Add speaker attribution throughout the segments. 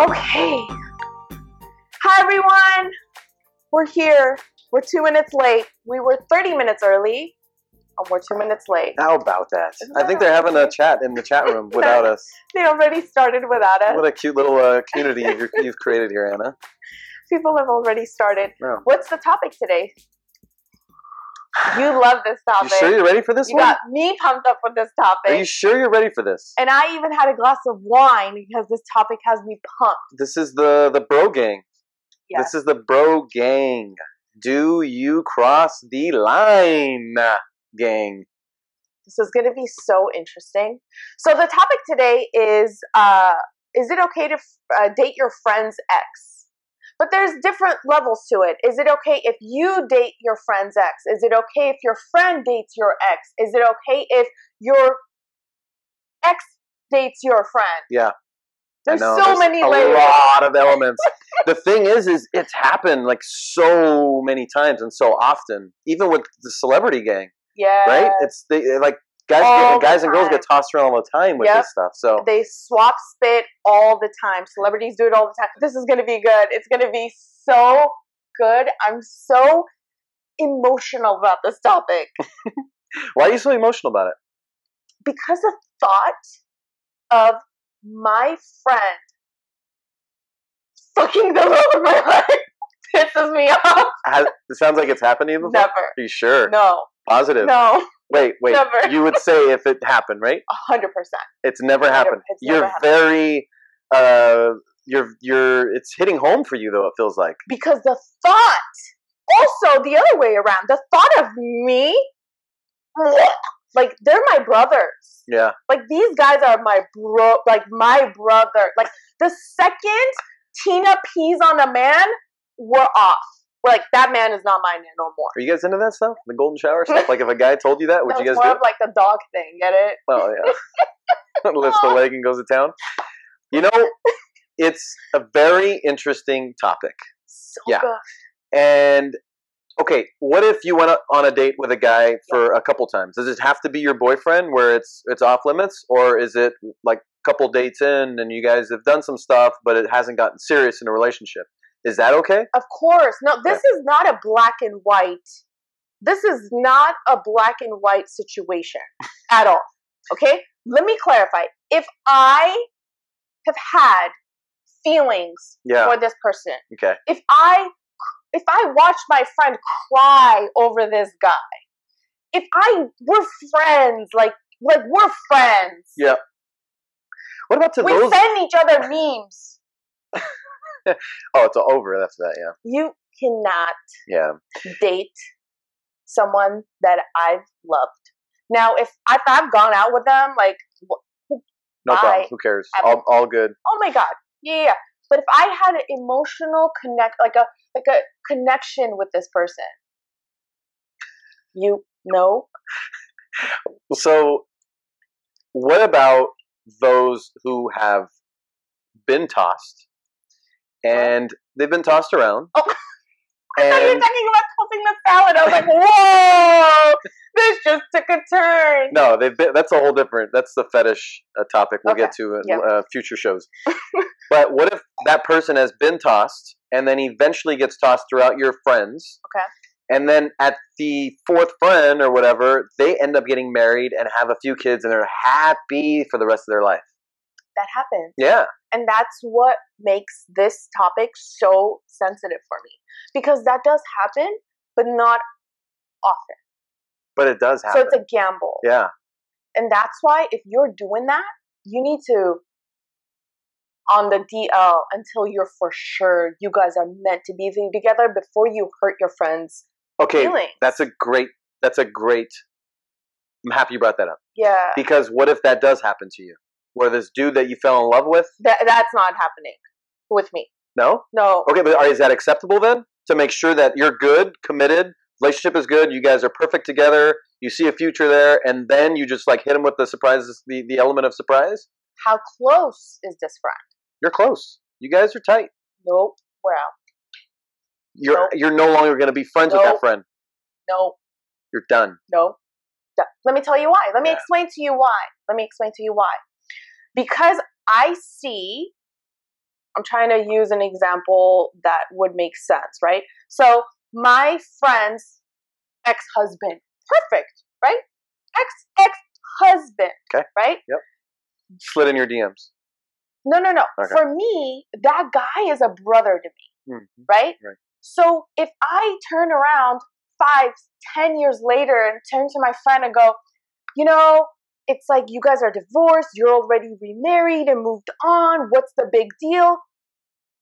Speaker 1: Okay. Hi, everyone. We're here. We're two minutes late. We were 30 minutes early, and we're two minutes late.
Speaker 2: How about that?
Speaker 1: Isn't
Speaker 2: I
Speaker 1: that
Speaker 2: think they're having a chat in the chat room without us.
Speaker 1: They already started without us.
Speaker 2: What a cute little uh, community you've you've created here, Anna.
Speaker 1: People have already started.
Speaker 2: No.
Speaker 1: What's the topic today? You love this
Speaker 2: You
Speaker 1: topic.
Speaker 2: sure you're ready for this
Speaker 1: You
Speaker 2: one?
Speaker 1: got me pumped up with this topic.
Speaker 2: Are you sure you're ready for this?
Speaker 1: and I even had a glass of wine because this topic has me pumped.
Speaker 2: This is the the bro gang.
Speaker 1: Yes.
Speaker 2: This is the bro gang. Do you cross the line, gang?
Speaker 1: This is going to be so interesting. So the topic today is: uh, Is it okay to uh, date your friend's ex? But there's different levels to it. Is it okay if you date your friend's ex? Is it okay if your friend dates your ex? Is it okay if your ex dates your friend?
Speaker 2: Yeah. I
Speaker 1: There's
Speaker 2: know,
Speaker 1: so many
Speaker 2: a
Speaker 1: layers.
Speaker 2: lot of elements. the thing is, is it's happened like so many times and so often, even with the celebrity gang,
Speaker 1: Yeah.
Speaker 2: right? It's they, like guys,
Speaker 1: All
Speaker 2: get,
Speaker 1: the
Speaker 2: guys and girls get
Speaker 1: time.
Speaker 2: tossed around all the time with
Speaker 1: Yep.
Speaker 2: this stuff. So
Speaker 1: They swap spit all the time. Celebrities do it all the time. This is going to be good. It's going to be so good. I'm so emotional about this topic
Speaker 2: why are you so emotional about it?
Speaker 1: because the thought of my friend fucking the love of my life pisses me off.
Speaker 2: Has, it sounds like it's happened to you before.
Speaker 1: Never.
Speaker 2: Are you sure?
Speaker 1: No.
Speaker 2: Positive.
Speaker 1: No.
Speaker 2: Wait, wait.
Speaker 1: Never.
Speaker 2: You would say if it happened, right?
Speaker 1: 100%.
Speaker 2: It's never
Speaker 1: Never-
Speaker 2: happened.
Speaker 1: it's
Speaker 2: you're
Speaker 1: never happened.
Speaker 2: very, uh, you're, you're. It's hitting home for you though. It feels like.
Speaker 1: Because the thought, also the other way around, the thought of me, like they're my brothers.
Speaker 2: Yeah.
Speaker 1: Like these guys are my bro, like my brother. Like the second Tina pees on a man, we're off. We're like that man is not mine no more.
Speaker 2: Are you guys into that stuff? The golden shower stuff. Like if a guy told you that, would
Speaker 1: That
Speaker 2: you
Speaker 1: was
Speaker 2: guys
Speaker 1: more of
Speaker 2: do? it?
Speaker 1: like the dog thing. Get it?
Speaker 2: Well, yeah. Lifts
Speaker 1: Oh.
Speaker 2: the leg and goes to town. You know, it's a very interesting topic.
Speaker 1: So
Speaker 2: Yeah.
Speaker 1: good.
Speaker 2: And okay, what if you went o- on a date with a guy for a couple times? Does it have to be your boyfriend where it's it's off limits, or is it like a couple dates in and you guys have done some stuff, but it hasn't gotten serious in a relationship? Is that okay?
Speaker 1: Of course. No, this is not a black and white. This is not a black and white situation at all. Okay? Let me clarify. If I have had feelings
Speaker 2: Yeah.
Speaker 1: for this person,
Speaker 2: Okay.
Speaker 1: if I if I watch my friend cry over this guy, if I we're friends, like like we're friends.
Speaker 2: Yeah, What about to
Speaker 1: we
Speaker 2: those?
Speaker 1: send each other memes.
Speaker 2: Oh, it's over after that. Yeah.
Speaker 1: You cannot
Speaker 2: Yeah.
Speaker 1: date someone that I've loved. Now, if if I've gone out with them, like
Speaker 2: No problem.
Speaker 1: Bye.
Speaker 2: Who cares?
Speaker 1: I'm-
Speaker 2: All, all good.
Speaker 1: oh my god, yeah, yeah, yeah. But if I had an emotional connect, like a like a connection with this person, you know,
Speaker 2: So, what about those who have been tossed and they've been tossed around?
Speaker 1: Oh. I thought you were
Speaker 2: And
Speaker 1: talking about tossing the salad. I was like, whoa, this just took a turn.
Speaker 2: no, they've been, that's a whole different. That's the fetish uh, topic we'll get
Speaker 1: Okay,
Speaker 2: to in
Speaker 1: yeah.
Speaker 2: uh, future shows. but what if that person has been tossed and then eventually gets tossed throughout your friends?
Speaker 1: Okay.
Speaker 2: And then at the fourth friend or whatever, they end up getting married and have a few kids, and they're happy for the rest of their life.
Speaker 1: That happened.
Speaker 2: Yeah.
Speaker 1: And that's what makes this topic so sensitive for me. Because that does happen, but not often.
Speaker 2: But it does
Speaker 1: So
Speaker 2: happen.
Speaker 1: it's a gamble.
Speaker 2: yeah,
Speaker 1: And that's why if you're doing that, you need to on the DL until you're for sure you guys are meant to be together before you hurt your friends'
Speaker 2: okay,
Speaker 1: feelings.
Speaker 2: that's a great. That's a great. I'm happy you brought that up
Speaker 1: yeah.
Speaker 2: because what if that does happen to you, where this dude that you fell in love with?
Speaker 1: That that's not happening with me.
Speaker 2: No,
Speaker 1: No.
Speaker 2: okay, but are, is that acceptable then? To make sure that you're good, committed, relationship is good, you guys are perfect together, you see a future there, and then you just like hit him with the surprises, the the element of surprise.
Speaker 1: How close is this friend?
Speaker 2: You're close. You guys are tight.
Speaker 1: Nope. We're out.
Speaker 2: You're
Speaker 1: Nope.
Speaker 2: you're no longer going to be friends with
Speaker 1: Nope.
Speaker 2: that friend.
Speaker 1: Nope.
Speaker 2: You're done.
Speaker 1: No. D- Let me tell you why. Let me
Speaker 2: Yeah.
Speaker 1: explain to you why. Let me explain to you why. Because I see I'm trying to use an example that would make sense, right? So my friend's ex-husband, perfect, right? Ex ex-husband,
Speaker 2: Okay.
Speaker 1: right?
Speaker 2: Slid in your DMs.
Speaker 1: No, no, no.
Speaker 2: Okay.
Speaker 1: For me, that guy is a brother to me,
Speaker 2: Mhm.
Speaker 1: right?
Speaker 2: Right.
Speaker 1: So if I turn around five, ten years later and turn to my friend and go, you know, it's like you guys are divorced, you're already remarried and moved on, what's the big deal?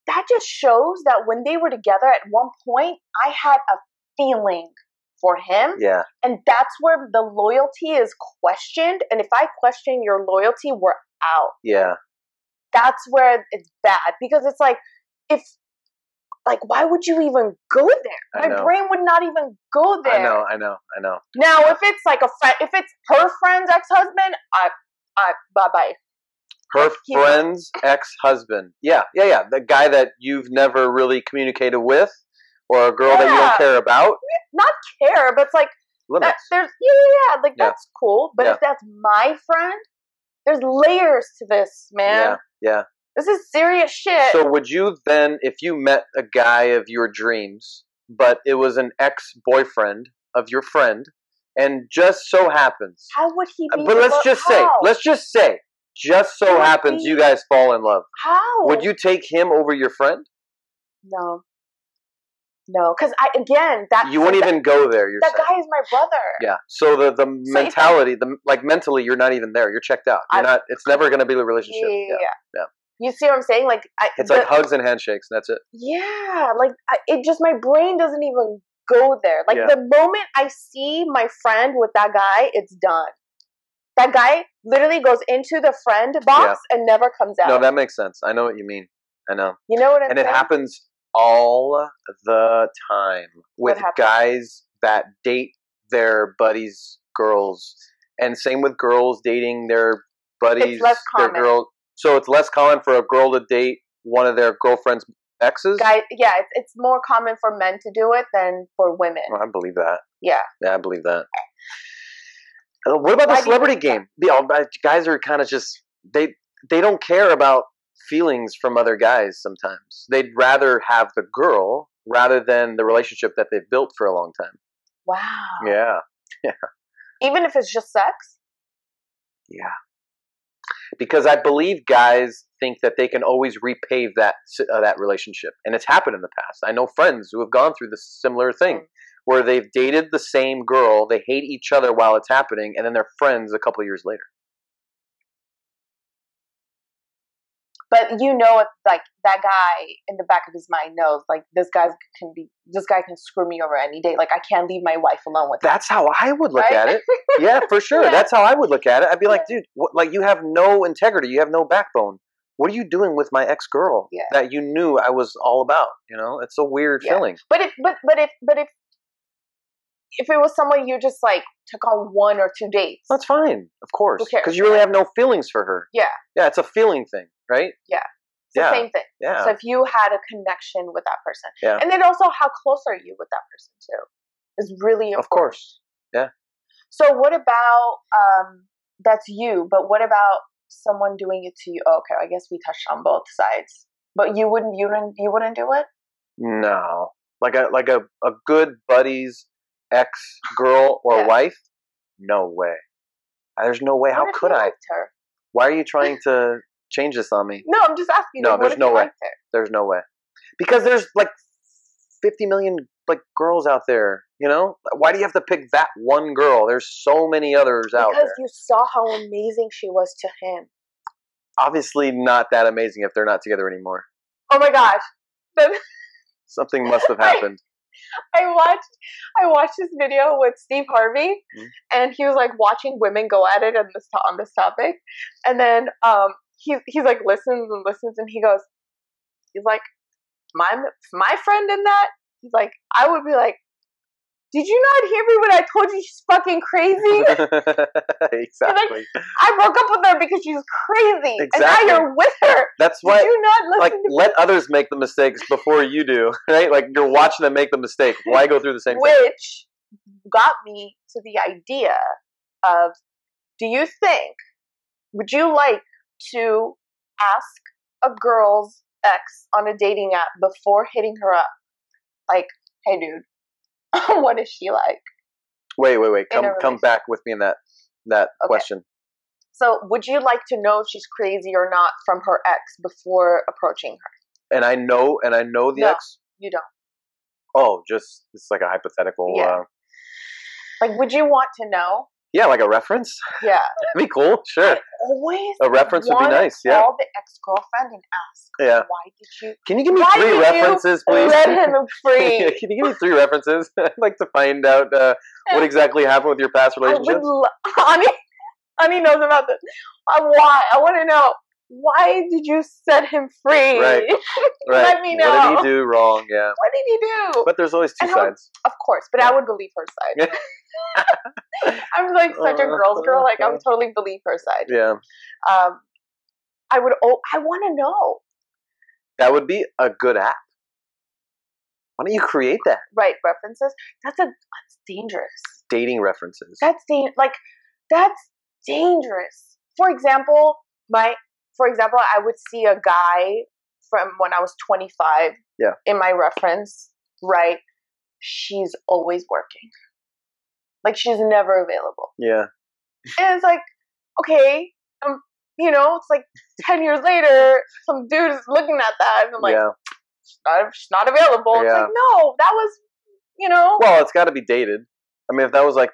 Speaker 1: That just shows that when they were together at one point, I had a feeling for him.
Speaker 2: Yeah.
Speaker 1: And that's where the loyalty is questioned. And if I question your loyalty, we're out
Speaker 2: Yeah.
Speaker 1: that's where it's bad because it's like if like why would you even go
Speaker 2: I
Speaker 1: there my
Speaker 2: know.
Speaker 1: brain would not even go there
Speaker 2: I know. I know. I know.
Speaker 1: now if it's like a friend if it's her friend's ex-husband i i bye-bye
Speaker 2: Her
Speaker 1: Like, he-
Speaker 2: friend's ex husband. Yeah. Yeah. Yeah. The guy that you've never really communicated with or a girl that you
Speaker 1: Yeah.
Speaker 2: don't care about.
Speaker 1: care but it's like that,
Speaker 2: Limits.
Speaker 1: there's yeah yeah, yeah like
Speaker 2: Yeah.
Speaker 1: that's cool but
Speaker 2: Yeah.
Speaker 1: if that's my friend there's layers to this man
Speaker 2: Yeah. Yeah.
Speaker 1: this is serious shit
Speaker 2: So would you then, if you met a guy of your dreams, but it was an ex boyfriend of your friend, and just so happens,
Speaker 1: how would he be
Speaker 2: uh, but let's
Speaker 1: lo-
Speaker 2: just say,
Speaker 1: how?
Speaker 2: let's just say, just so
Speaker 1: Would
Speaker 2: happens
Speaker 1: be-
Speaker 2: you guys fall in love.
Speaker 1: how
Speaker 2: Would you take him over your friend?
Speaker 1: no no because i again that
Speaker 2: You wouldn't
Speaker 1: that-
Speaker 2: even go there. You're
Speaker 1: that
Speaker 2: saying.
Speaker 1: guy is my brother
Speaker 2: Yeah. So the the
Speaker 1: if I-
Speaker 2: mentality, the like mentally, you're not even there. You're checked out. You're
Speaker 1: I'm-
Speaker 2: not. It's never going to be a relationship. Yeah. yeah.
Speaker 1: You see what I'm saying? Like, I,
Speaker 2: It's
Speaker 1: the-
Speaker 2: like hugs and handshakes. And that's it.
Speaker 1: yeah, like I, it just my brain doesn't even go there. Like
Speaker 2: Yeah.
Speaker 1: the moment I see my friend with that guy, it's done. That guy literally goes into the friend box and never comes out.
Speaker 2: No, that makes sense. I know what you mean. I know.
Speaker 1: you know what I'm
Speaker 2: and
Speaker 1: saying?
Speaker 2: it happens all the time
Speaker 1: What
Speaker 2: with
Speaker 1: happens?
Speaker 2: guys that date their buddies' girls, and same with girls dating their buddies.
Speaker 1: less
Speaker 2: their
Speaker 1: common.
Speaker 2: girl. So it's less common for a girl to date one of their girlfriend's exes.
Speaker 1: Guy, yeah, it's, it's more common for men to do it than for women.
Speaker 2: Well, Oh, I believe that.
Speaker 1: Yeah,
Speaker 2: Yeah, I believe that. Uh, what
Speaker 1: Why do
Speaker 2: about the
Speaker 1: you
Speaker 2: celebrity
Speaker 1: think that?
Speaker 2: game? Yeah, uh, guys are kind of just they they don't care about feelings from other guys. Sometimes they'd rather have the girl rather than the relationship that they've built for a long time.
Speaker 1: wow.
Speaker 2: Yeah,
Speaker 1: Even if it's just sex,
Speaker 2: yeah. Because I believe guys think that they can always repave that s- uh, that relationship, and it's happened in the past. I know friends who have gone through this similar thing.
Speaker 1: Mm.
Speaker 2: Where they've dated the same girl, they hate each other while it's happening, and then they're friends a couple years later.
Speaker 1: but you know, it's like that guy in the back of his mind knows, like this guy can be, this guy can screw me over any day. Like I can't leave my wife alone with him.
Speaker 2: that's how I would look
Speaker 1: Right?
Speaker 2: at it. Yeah, for sure.
Speaker 1: Yeah.
Speaker 2: That's how I would look at it. I'd be like, dude, what, like you have no integrity. You have no backbone. What are you doing with my ex girl
Speaker 1: Yeah.
Speaker 2: that you knew I was all about? You know, it's a weird
Speaker 1: Yeah.
Speaker 2: feeling.
Speaker 1: But if but but if but if if it was someone you just like took on one or two dates,
Speaker 2: That's fine, of course,
Speaker 1: Who cares?
Speaker 2: because you really have no feelings for her.
Speaker 1: Yeah.
Speaker 2: yeah, it's a feeling thing, right?
Speaker 1: it's the
Speaker 2: yeah.
Speaker 1: same thing.
Speaker 2: Yeah,
Speaker 1: So if you had a connection with that person,
Speaker 2: Yeah.
Speaker 1: and then also how close are you with that person too is really
Speaker 2: of
Speaker 1: important.
Speaker 2: course.
Speaker 1: So what about um that's you, but what about someone doing it to you? Oh, okay, I guess we touched on both sides. But you wouldn't you wouldn't you wouldn't do it?
Speaker 2: No, like a like a a good buddy's ex girl or
Speaker 1: Yeah.
Speaker 2: wife. No way. There's no way.
Speaker 1: What
Speaker 2: How
Speaker 1: if
Speaker 2: could
Speaker 1: you
Speaker 2: I?
Speaker 1: liked her?
Speaker 2: Why are you trying to change this on me?
Speaker 1: No, I'm just asking.
Speaker 2: No,
Speaker 1: like,
Speaker 2: there's
Speaker 1: what if
Speaker 2: no
Speaker 1: you
Speaker 2: way.
Speaker 1: liked her?
Speaker 2: There's no way. Because there's like 50 million like girls out there, you know? Why do you have to pick that one girl? There's so many others out
Speaker 1: Because
Speaker 2: there.
Speaker 1: you saw how amazing she was to him.
Speaker 2: Obviously not that amazing if they're not together anymore.
Speaker 1: Oh my gosh.
Speaker 2: Something must have happened.
Speaker 1: I watched I watched this video with Steve Harvey,
Speaker 2: Mhm.
Speaker 1: and he was like watching women go at it on this to- on this topic, and then um he he's like listens and listens, and he goes, he's like my my friend in that he's like I would be like, did you not hear me when I told you she's fucking crazy?
Speaker 2: exactly.
Speaker 1: I broke up with her because she's crazy, and now
Speaker 2: Exactly.
Speaker 1: you're with her.
Speaker 2: That's
Speaker 1: Did
Speaker 2: why
Speaker 1: you not listen
Speaker 2: like
Speaker 1: to me?
Speaker 2: let others make the mistakes before you do, right? Like you're watching them make the mistake. Why go through the same thing?
Speaker 1: which got me to the idea of do you think would you like to ask a girl's ex on a dating app before hitting her up. Like, hey, dude, what is she like?
Speaker 2: Wait, wait, wait.
Speaker 1: In a
Speaker 2: Come come
Speaker 1: relationship.
Speaker 2: back with me in that that
Speaker 1: Okay.
Speaker 2: question.
Speaker 1: So, would you like to know if she's crazy or not from her ex before approaching her?
Speaker 2: And I know and I know the
Speaker 1: No.
Speaker 2: ex.
Speaker 1: You don't.
Speaker 2: Oh, just it's like a hypothetical. Yeah,
Speaker 1: Yeah.
Speaker 2: uh,
Speaker 1: Like, would you want to know?
Speaker 2: yeah like a reference.
Speaker 1: Yeah.
Speaker 2: That'd be cool. Sure,
Speaker 1: Always.
Speaker 2: a reference would be
Speaker 1: wanna
Speaker 2: nice. Yeah,
Speaker 1: Call the ex girlfriend and ask,
Speaker 2: yeah.
Speaker 1: why did you
Speaker 2: Can you give me
Speaker 1: Why did
Speaker 2: three
Speaker 1: you
Speaker 2: references, please?
Speaker 1: let him
Speaker 2: Yeah,
Speaker 1: free?
Speaker 2: Can you give me three references? I'd like to find out uh, what exactly happened with your past
Speaker 1: I would
Speaker 2: relationships.
Speaker 1: lo- Ani, Ani knows about this. Uh, why? I want to know. Why did you set him free?
Speaker 2: Right. Right.
Speaker 1: let me
Speaker 2: What
Speaker 1: know.
Speaker 2: did he do wrong? Yeah.
Speaker 1: What did he do?
Speaker 2: But there's always two
Speaker 1: And how-
Speaker 2: sides.
Speaker 1: of course, but I would believe her side. I'm like such a
Speaker 2: Uh,
Speaker 1: girl's girl. Like I would
Speaker 2: okay.
Speaker 1: totally believe her side.
Speaker 2: Yeah.
Speaker 1: Um, I would. Oh, I want to know.
Speaker 2: That would be a good app. Why don't you create that?
Speaker 1: Right references. That's a. That's dangerous.
Speaker 2: Dating references.
Speaker 1: That's dan- Like that's dangerous. For example, my. For example, I would see a guy from when I was 25.
Speaker 2: Yeah.
Speaker 1: In my reference, right? She's always working. Like she's never available.
Speaker 2: yeah.
Speaker 1: And it's like, okay, um, you know, it's like 10 years later, some dude is looking at that, and I'm like,
Speaker 2: yeah.
Speaker 1: she's, not, she's not available. It's
Speaker 2: Yeah.
Speaker 1: like, no, that was, you know,
Speaker 2: Well, it's got to be dated. I mean, if that was like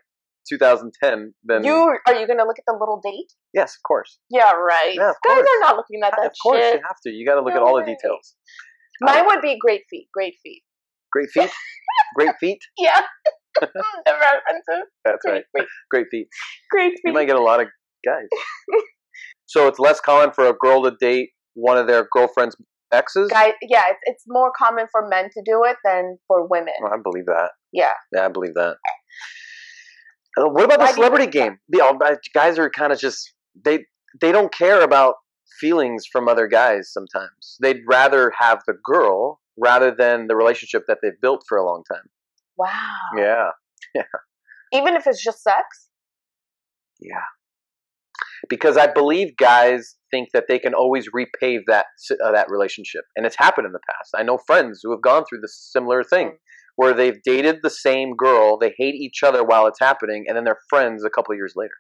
Speaker 2: 2010, then
Speaker 1: you are you going to look at the little date?
Speaker 2: yes, of course.
Speaker 1: Yeah, right.
Speaker 2: Yeah, of
Speaker 1: Guys
Speaker 2: course.
Speaker 1: are not looking at that
Speaker 2: Of course, you
Speaker 1: shit.
Speaker 2: have to. You got to look
Speaker 1: No
Speaker 2: at all the
Speaker 1: way.
Speaker 2: details. Oh,
Speaker 1: Mine would be great feet, great feet.
Speaker 2: Great feet. Great feet.
Speaker 1: Yeah. the references.
Speaker 2: That's
Speaker 1: Great
Speaker 2: right.
Speaker 1: feet.
Speaker 2: Great feet.
Speaker 1: Great
Speaker 2: You might
Speaker 1: feet.
Speaker 2: get a lot of guys. so it's less common for a girl to date one of their girlfriend's exes.
Speaker 1: Guy, yeah, it's, it's more common for men to do it than for women.
Speaker 2: Well, Oh, I believe that.
Speaker 1: Yeah.
Speaker 2: Yeah, I believe that. Uh, what
Speaker 1: Why
Speaker 2: about
Speaker 1: do
Speaker 2: the
Speaker 1: you
Speaker 2: celebrity
Speaker 1: think that?
Speaker 2: game? You know, uh, guys are kind of just they they don't care about feelings from other guys. Sometimes they'd rather have the girl rather than the relationship that they've built for a long time.
Speaker 1: Wow.
Speaker 2: Yeah,
Speaker 1: Even if it's just sex?
Speaker 2: yeah. Because I believe guys think that they can always repave that s- uh, that relationship, and it's happened in the past. I know friends who have gone through the similar thing.
Speaker 1: Mm.
Speaker 2: Where they've dated the same girl, they hate each other while it's happening, and then they're friends a couple years later.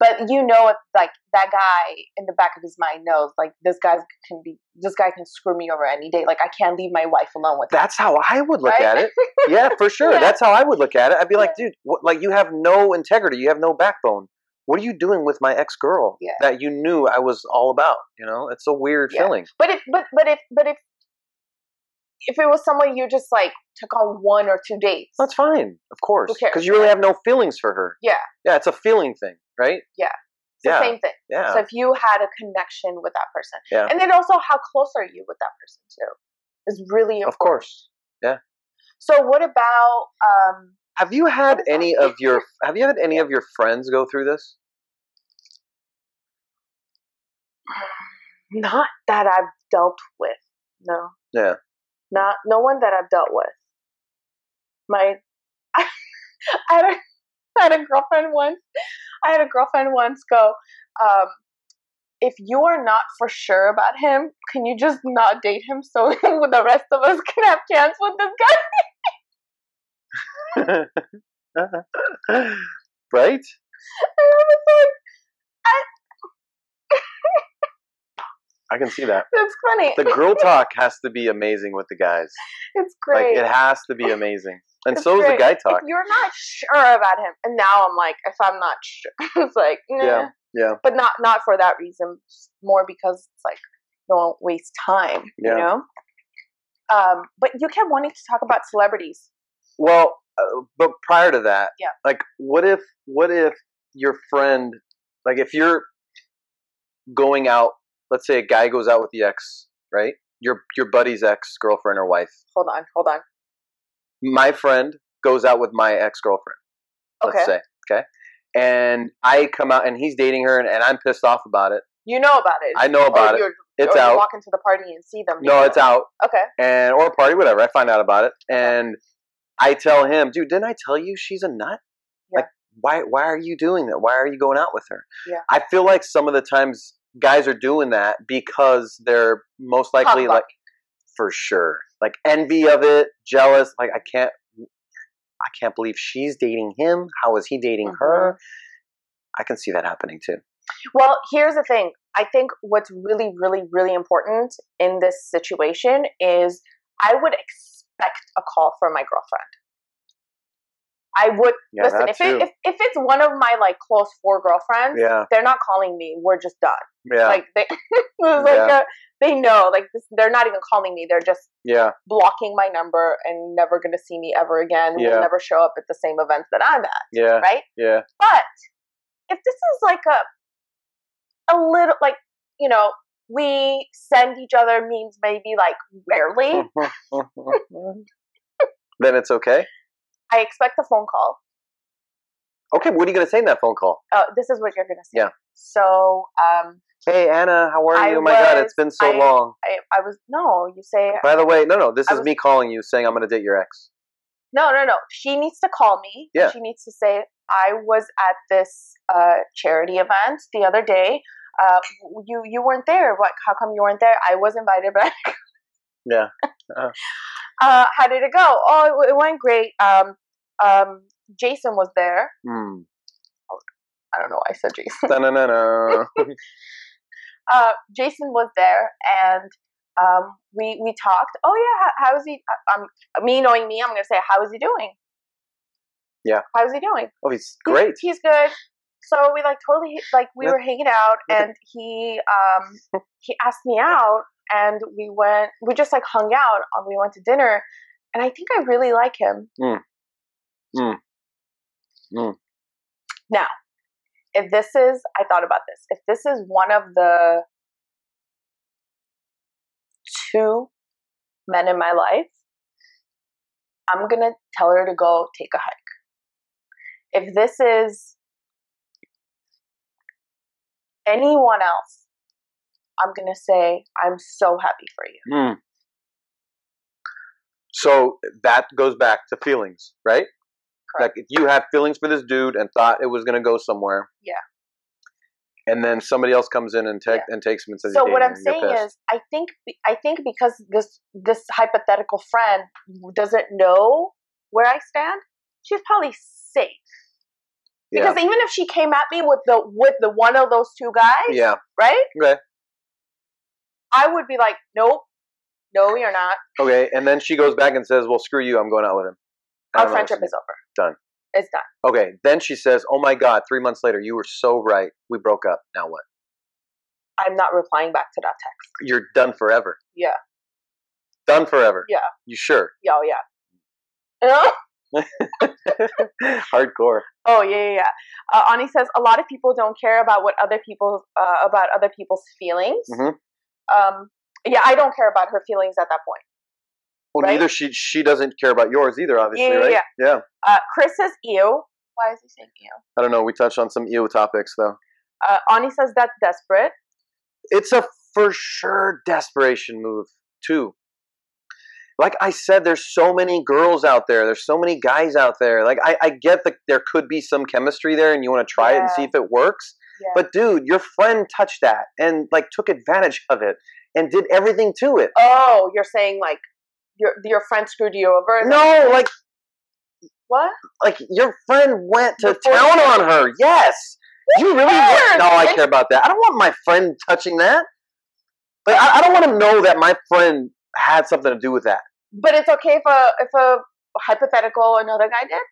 Speaker 1: but you know if like that guy in the back of his mind knows like this guy can be this guy can screw me over any day like i can't leave my wife alone with
Speaker 2: That's how I would look
Speaker 1: Right?
Speaker 2: at it. Yeah, for sure.
Speaker 1: Yeah.
Speaker 2: That's how I would look at it. I'd be like, dude, what, like you have no integrity. You have no backbone. What are you doing with my ex girl
Speaker 1: Yeah.
Speaker 2: that you knew I was all about? You know, it's a weird
Speaker 1: Yeah.
Speaker 2: feeling.
Speaker 1: but if but but if but if if it was someone you just like took on one or two dates
Speaker 2: That's fine, of course,
Speaker 1: Who cares?
Speaker 2: because you really have no feelings for her.
Speaker 1: Yeah.
Speaker 2: yeah, it's a feeling thing, right?
Speaker 1: it's the
Speaker 2: yeah.
Speaker 1: same thing
Speaker 2: Yeah,
Speaker 1: so if you had a connection with that person
Speaker 2: Oh. Yeah.
Speaker 1: and then also how close are you with that person too is really
Speaker 2: of course.
Speaker 1: so what about um
Speaker 2: Have you had
Speaker 1: What is
Speaker 2: any
Speaker 1: that?
Speaker 2: of your Have you had any of your friends go through this?
Speaker 1: not that i've dealt with no
Speaker 2: Yeah.
Speaker 1: not no one that I've dealt with. My, I, had a, I had a girlfriend once. I had a girlfriend once go, um, if you are not for sure about him, can you just not date him so the rest of us can have chance with this guy?
Speaker 2: right?
Speaker 1: And I was like,
Speaker 2: I can see that.
Speaker 1: that's funny.
Speaker 2: The girl talk has to be amazing with the guys.
Speaker 1: it's great.
Speaker 2: Like it has to be amazing. And
Speaker 1: It's
Speaker 2: so is the
Speaker 1: great.
Speaker 2: guy
Speaker 1: if
Speaker 2: talk.
Speaker 1: you're not sure about him, and now I'm like, if I'm not sure, it's like, nah.
Speaker 2: Yeah, yeah.
Speaker 1: But not not for that reason, just more because it's like, don't waste time,
Speaker 2: Yeah.
Speaker 1: you know. Um, but you kept wanting to talk about celebrities.
Speaker 2: Well, uh, but prior to that,
Speaker 1: Yeah.
Speaker 2: Like, what if what if your friend, like, if you're going out, let's say a guy goes out with the ex, right? Your your buddy's ex girlfriend or wife.
Speaker 1: Hold on, hold on.
Speaker 2: My friend goes out with my ex girlfriend. Let's
Speaker 1: Okay,
Speaker 2: say, okay. And I come out, and he's dating her, and, and I'm pissed off about it.
Speaker 1: you know about it.
Speaker 2: I know about
Speaker 1: or
Speaker 2: it.
Speaker 1: Oh, You're,
Speaker 2: It's
Speaker 1: or You
Speaker 2: out.
Speaker 1: walk into the party and see them.
Speaker 2: No, it's out.
Speaker 1: Okay.
Speaker 2: and or a party, whatever. I find out about it, and I tell him, dude, didn't I tell you she's a nut?
Speaker 1: Yeah.
Speaker 2: Like, why why are you doing that? Why are you going out with her?
Speaker 1: Yeah.
Speaker 2: I feel like some of the times guys are doing that because they're most likely
Speaker 1: Cock-blocking.
Speaker 2: like for sure like envy of it, jealous. Like I can't, I can't believe she's dating him. How is he dating
Speaker 1: Mm-hmm.
Speaker 2: her? I can see that happening too.
Speaker 1: Well, here's the thing. I think what's really, really, really important in this situation is I would expect a call from my girlfriend. I would
Speaker 2: Yeah,
Speaker 1: listen
Speaker 2: that
Speaker 1: if, it,
Speaker 2: too.
Speaker 1: if if it's one of my like close four girlfriends,
Speaker 2: yeah,
Speaker 1: they're not calling me. We're just done.
Speaker 2: yeah,
Speaker 1: Like they, it was like
Speaker 2: Yeah.
Speaker 1: uh they know. Like this, they're not even calling me. They're just
Speaker 2: yeah.
Speaker 1: blocking my number and never going to see me ever again.
Speaker 2: Yeah.
Speaker 1: Will never show up at the same events that I'm at.
Speaker 2: Yeah.
Speaker 1: Right?
Speaker 2: Yeah.
Speaker 1: But if this is like a a little like you know we send each other memes maybe like rarely,
Speaker 2: Hmm. then it's okay.
Speaker 1: I expect a phone call.
Speaker 2: Okay, what are you going to say in that phone call?
Speaker 1: Uh, this is what you're gonna say.
Speaker 2: Yeah.
Speaker 1: So um,
Speaker 2: Hey, Anna, how are
Speaker 1: I
Speaker 2: you? oh my God,
Speaker 1: was-
Speaker 2: it's been so
Speaker 1: I-
Speaker 2: long.
Speaker 1: I I was no you say
Speaker 2: By the way, no, no, this
Speaker 1: I
Speaker 2: is
Speaker 1: was-
Speaker 2: me calling you saying I'm going to date your ex.
Speaker 1: no no no she needs to call me.
Speaker 2: Yeah.
Speaker 1: She needs to say I was at this uh, charity event the other day. Uh, you you weren't there. What? How come you weren't there? I was invited, but
Speaker 2: Yeah. Uh-huh.
Speaker 1: uh, how did it go? Oh, it, it went great. Um, um, Jason was there.
Speaker 2: Hmm.
Speaker 1: I don't know why I said Jason.
Speaker 2: Da-na-na-na.
Speaker 1: Uh, Jason was there, and um, we we talked. Oh yeah, how, how is he? I- Um, me knowing me, I'm gonna say, how is he doing?
Speaker 2: Yeah.
Speaker 1: How is he doing?
Speaker 2: oh, he's great.
Speaker 1: He's good. So we like totally like we
Speaker 2: Yeah.
Speaker 1: were hanging out,
Speaker 2: Okay.
Speaker 1: and he um he asked me out, and we went. We just like hung out. And we went to dinner, and I think I really like him.
Speaker 2: Mm. Mm. Mm.
Speaker 1: Now, if this is, I thought about this. If this is one of the two men in my life, I'm gonna tell her to go take a hike. If this is anyone else, I'm gonna say, I'm so happy for you.
Speaker 2: Hmm. So that goes back to feelings, right?
Speaker 1: Correct.
Speaker 2: Like if you had feelings for this dude and thought it was going to go somewhere.
Speaker 1: Yeah.
Speaker 2: And then somebody else comes in and, take
Speaker 1: Yeah.
Speaker 2: and takes him and says,
Speaker 1: So
Speaker 2: "You're
Speaker 1: what I'm
Speaker 2: dating him,"
Speaker 1: saying
Speaker 2: you're
Speaker 1: is,
Speaker 2: pissed.
Speaker 1: I think I think because this this hypothetical friend doesn't know where I stand, she's probably safe.
Speaker 2: yeah.
Speaker 1: Because even if she came at me with the with the one of those two guys,
Speaker 2: yeah.
Speaker 1: right?
Speaker 2: Okay.
Speaker 1: I would be like, nope, no, you're not.
Speaker 2: Okay. And then she goes back and says, well, screw you. I'm going out with him. I
Speaker 1: Our
Speaker 2: don't know what's
Speaker 1: friendship is over.
Speaker 2: Done.
Speaker 1: It's done.
Speaker 2: Okay, then she says, "Oh my God! Three months later, you were so right. We broke up. Now what?
Speaker 1: I'm not replying back to that text.
Speaker 2: You're done forever.
Speaker 1: Yeah.
Speaker 2: Done forever.
Speaker 1: Yeah.
Speaker 2: You sure?
Speaker 1: Yeah, oh, yeah.
Speaker 2: Mm.
Speaker 1: Oh,
Speaker 2: Hardcore.
Speaker 1: Oh yeah, yeah. yeah. Uh, Ani says a lot of people don't care about what other people uh, about other people's feelings.
Speaker 2: Mhm.
Speaker 1: Um, yeah, I don't care about her feelings at that point.
Speaker 2: Well,
Speaker 1: Right?
Speaker 2: neither she she doesn't care about yours either, obviously,
Speaker 1: Yeah, yeah,
Speaker 2: right?
Speaker 1: yeah.
Speaker 2: Yeah.
Speaker 1: Uh, Chris says ew. Why is he saying ew?
Speaker 2: I don't know. We touched on some ew topics though.
Speaker 1: Uh, Ani says that's desperate.
Speaker 2: It's a for sure desperation move too. Like I said, there's so many girls out there. There's so many guys out there. Like I, I get that there could be some chemistry there, and you want to try it and
Speaker 1: Yeah.
Speaker 2: see if it works.
Speaker 1: Yeah.
Speaker 2: But dude, your friend touched that and like took advantage of it and did everything to it.
Speaker 1: oh, you're saying like your your friend screwed you over? Is that-
Speaker 2: No, like
Speaker 1: what?
Speaker 2: like your friend went to
Speaker 1: Before-
Speaker 2: town on her. Yes. You really
Speaker 1: cares,
Speaker 2: want, No, I
Speaker 1: bitch?
Speaker 2: care about that. I don't want my friend touching that. Like I, I don't want to know that my friend had something to do with that.
Speaker 1: But it's okay if a if a hypothetical another guy did.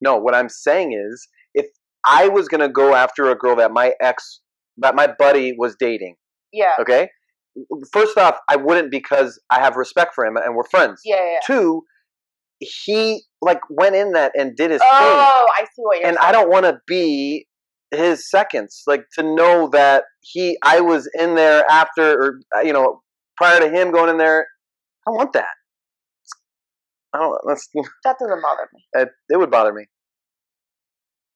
Speaker 2: No, what I'm saying is if I was gonna go after a girl that my ex that my buddy was dating,
Speaker 1: Yeah.
Speaker 2: okay? First off, I wouldn't because I have respect for him and we're friends.
Speaker 1: Yeah. yeah, yeah.
Speaker 2: two, he like went in that and did his
Speaker 1: Oh, I see what
Speaker 2: thing,
Speaker 1: you're.
Speaker 2: and I don't want to be his seconds. Like to know that he, I was in there after, or uh, you know, prior to him going in there. I don't want that. I don't. That's,
Speaker 1: that doesn't bother me.
Speaker 2: it, it would bother me.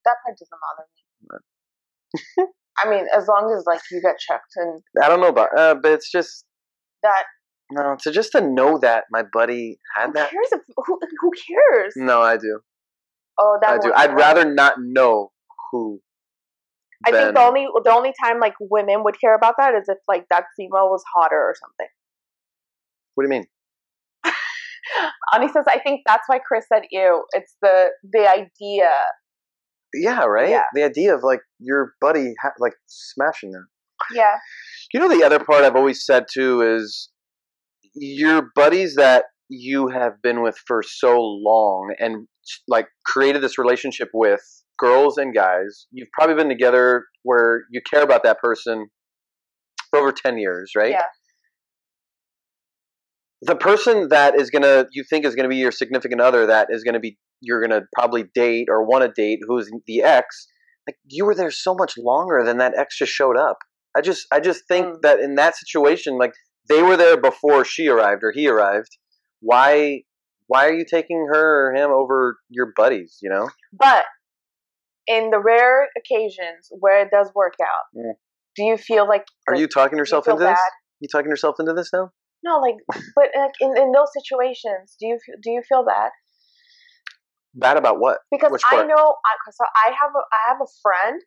Speaker 1: That part doesn't bother me. I mean, as long as like you get checked and
Speaker 2: I don't know about, uh, but it's just
Speaker 1: that.
Speaker 2: no. To just to know that my buddy
Speaker 1: Who
Speaker 2: had that.
Speaker 1: cares? If, who who cares?
Speaker 2: No, I do.
Speaker 1: Oh, that
Speaker 2: I do.
Speaker 1: one-
Speaker 2: I'd rather not know who
Speaker 1: I think
Speaker 2: Then-
Speaker 1: the only the only time like women would care about that is if like that female was hotter or something.
Speaker 2: What do you mean?
Speaker 1: Ani says, I think that's why Chris said ew. It's the the idea.
Speaker 2: Yeah, right.
Speaker 1: Yeah.
Speaker 2: The idea of like your buddy ha- like smashing them.
Speaker 1: Yeah.
Speaker 2: You know, the other part I've always said too is your buddies that you have been with for so long and like created this relationship with girls and guys. You've probably been together where you care about that person for over ten years, right?
Speaker 1: Yeah.
Speaker 2: The person that is gonna you think is gonna be your significant other that is gonna be you're gonna probably date or want to date who's the ex. Like you were there so much longer than that ex just showed up. I just I just think
Speaker 1: Mm.
Speaker 2: that in that situation, like they were there before she arrived or he arrived. Why why are you taking her or him over your buddies, you know?
Speaker 1: But in the rare occasions where it does work out,
Speaker 2: Yeah.
Speaker 1: do you feel like
Speaker 2: Are
Speaker 1: like,
Speaker 2: you talking
Speaker 1: do
Speaker 2: yourself
Speaker 1: feel
Speaker 2: into
Speaker 1: bad?
Speaker 2: this? You talking yourself into this now?
Speaker 1: No, like, but like in, in those situations, do you f- do you feel bad?
Speaker 2: Bad about what?
Speaker 1: Because
Speaker 2: Which
Speaker 1: I
Speaker 2: part?
Speaker 1: know, I- so I have a I have a friend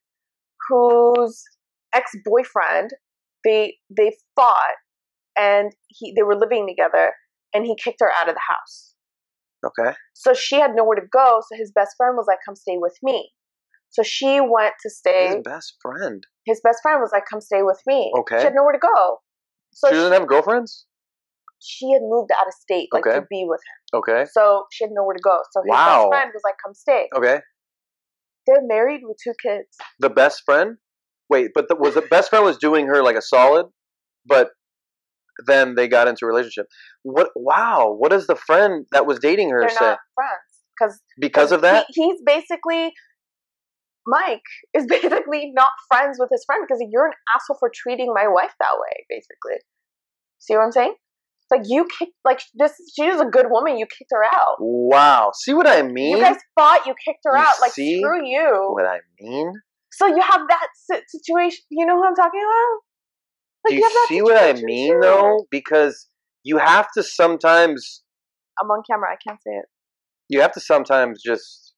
Speaker 1: whose ex boyfriend they they fought and he they were living together and he kicked her out of the house.
Speaker 2: Okay.
Speaker 1: So she had nowhere to go. So his best friend was like, "Come stay with me." So she went to stay.
Speaker 2: His best friend.
Speaker 1: his best friend was like, "Come stay with me."
Speaker 2: Okay.
Speaker 1: She had nowhere to go, so
Speaker 2: she doesn't have girlfriends?
Speaker 1: she had moved out of state, like
Speaker 2: Okay.
Speaker 1: to be with him.
Speaker 2: Okay.
Speaker 1: So she had nowhere to go. So his
Speaker 2: Wow.
Speaker 1: best friend was like, "Come stay."
Speaker 2: Okay.
Speaker 1: They're married with two kids.
Speaker 2: The best friend? Wait, but the, was the best friend was doing her like a solid, but then they got into a relationship. What wow, what does the friend that was dating her
Speaker 1: They're
Speaker 2: say?
Speaker 1: not friends because
Speaker 2: because of that?
Speaker 1: he, he's basically Mike is basically not friends with his friend because you're an asshole for treating my wife that way. Basically, see what I'm saying? Like you kicked like this. She was a good woman. You kicked her out.
Speaker 2: Wow. See what I mean?
Speaker 1: You guys fought. You kicked her
Speaker 2: You
Speaker 1: out. Like
Speaker 2: see?
Speaker 1: screw you.
Speaker 2: what I mean?
Speaker 1: So you have that si- situation. You know what I'm talking about? Like,
Speaker 2: Do you
Speaker 1: have that
Speaker 2: see what I
Speaker 1: situation
Speaker 2: mean
Speaker 1: too.
Speaker 2: though? Because you have to sometimes
Speaker 1: I'm on camera. I can't say it.
Speaker 2: you have to sometimes just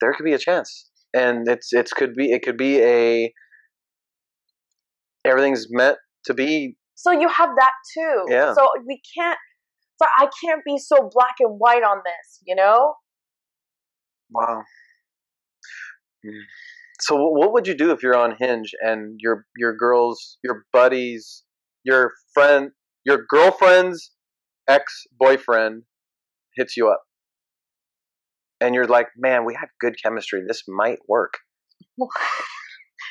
Speaker 2: there could be a chance. And it's it's could be it could be a everything's meant to be
Speaker 1: So you have that too.
Speaker 2: Yeah.
Speaker 1: So we can't. So I can't be so black and white on this. You know?
Speaker 2: wow. Mm. So wh- what would you do if you're on Hinge and your your girls, your buddies, your friend, your girlfriend's ex-boyfriend hits you up? And you're like, "Man, we have good chemistry. This might work."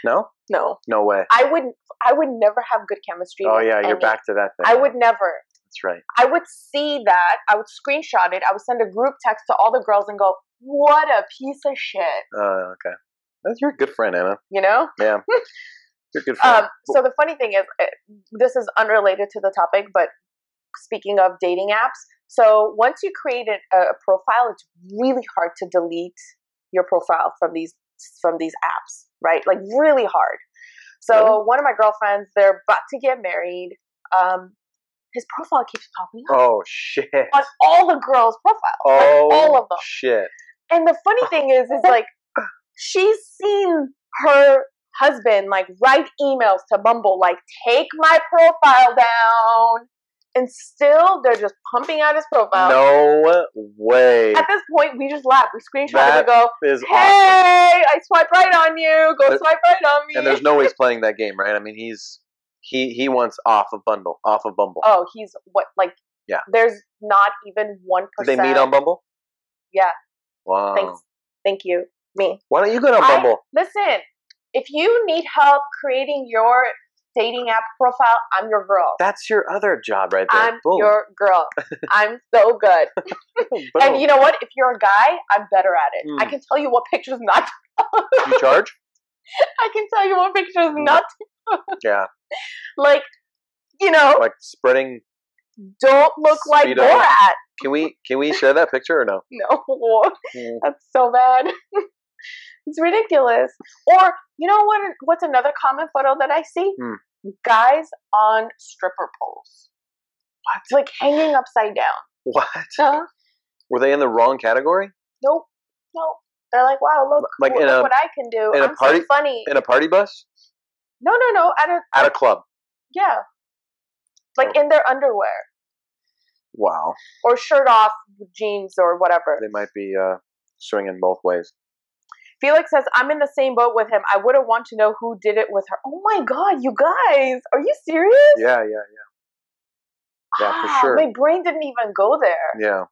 Speaker 2: No?
Speaker 1: no,
Speaker 2: No way.
Speaker 1: I would. I would never have good chemistry.
Speaker 2: Oh
Speaker 1: with
Speaker 2: yeah, you're
Speaker 1: any-
Speaker 2: back to that thing.
Speaker 1: I would never.
Speaker 2: That's right.
Speaker 1: I would see that. I would screenshot it. I would send a group text to all the girls and go, "What a piece of shit!"
Speaker 2: Uh, okay. That's, you're a good friend, Anna.
Speaker 1: You know?
Speaker 2: You're a good friend.
Speaker 1: Um, so the funny thing is, uh, this is unrelated to the topic, but speaking of dating apps, so once you create a, a profile, it's really hard to delete your profile from these from these apps, right? Like really hard. So
Speaker 2: Really?
Speaker 1: one of my girlfriends, they're about to get married. Um, his profile keeps popping up
Speaker 2: oh shit.
Speaker 1: on all the girls' profiles, like,
Speaker 2: Oh
Speaker 1: all of them.
Speaker 2: shit.
Speaker 1: And the
Speaker 2: Ah.
Speaker 1: funny thing is, is like she's seen her husband like write emails to Bumble, like take my profile down, and still they're just pumping out his profile.
Speaker 2: no way.
Speaker 1: At this point, we just laugh. We screenshot it
Speaker 2: That
Speaker 1: and go,
Speaker 2: Is
Speaker 1: "Hey,
Speaker 2: awesome.
Speaker 1: I swipe right on you. Go
Speaker 2: There-
Speaker 1: swipe right on me."
Speaker 2: And there's no way he's playing that game, right? I mean, he's he he wants off of bundle, off of Bumble.
Speaker 1: oh, he's what? Like,
Speaker 2: Yeah.
Speaker 1: There's not even one
Speaker 2: Did they
Speaker 1: percent.
Speaker 2: meet on Oh. Bumble?
Speaker 1: Yeah.
Speaker 2: Wow.
Speaker 1: Thanks. Thank you. Me.
Speaker 2: Why don't you go on
Speaker 1: I-
Speaker 2: Bumble?
Speaker 1: Listen, if you need help creating your dating app profile, I'm your girl.
Speaker 2: That's your other job right there.
Speaker 1: I'm
Speaker 2: Boom.
Speaker 1: your girl. I'm so good.
Speaker 2: Boom.
Speaker 1: And you know what? If you're a guy, I'm better at it. I
Speaker 2: Mm.
Speaker 1: can tell you what pictures not.
Speaker 2: You charge?
Speaker 1: I can tell you what pictures
Speaker 2: Mm.
Speaker 1: not.
Speaker 2: Yeah.
Speaker 1: Like, you know,
Speaker 2: Like spreading.
Speaker 1: don't look like
Speaker 2: Speedo.
Speaker 1: Borat.
Speaker 2: Can we can we share that picture or no?
Speaker 1: No,
Speaker 2: Mm.
Speaker 1: that's so bad. it's ridiculous. Or you know what? What's another common photo that I see?
Speaker 2: Hmm.
Speaker 1: Guys on stripper poles. What? Like hanging upside down.
Speaker 2: What?
Speaker 1: Huh?
Speaker 2: Were they in the wrong category?
Speaker 1: Nope. Nope. They're like, wow, look,
Speaker 2: Like in
Speaker 1: look
Speaker 2: a-
Speaker 1: what I can do.
Speaker 2: in a
Speaker 1: I'm so
Speaker 2: party-
Speaker 1: funny.
Speaker 2: in a party bus
Speaker 1: no, no, no. At a,
Speaker 2: at a club.
Speaker 1: yeah. Like
Speaker 2: Oh.
Speaker 1: in their underwear
Speaker 2: Wow,
Speaker 1: or shirt off, jeans or whatever.
Speaker 2: they might be uh, swinging both ways.
Speaker 1: Felix says, I'm in the same boat with him. I wouldn't want to know who did it with her. Oh my God, you guys, are you serious?
Speaker 2: Yeah, yeah, yeah, for
Speaker 1: Ah,
Speaker 2: sure.
Speaker 1: My brain didn't even go there.
Speaker 2: yeah. yeah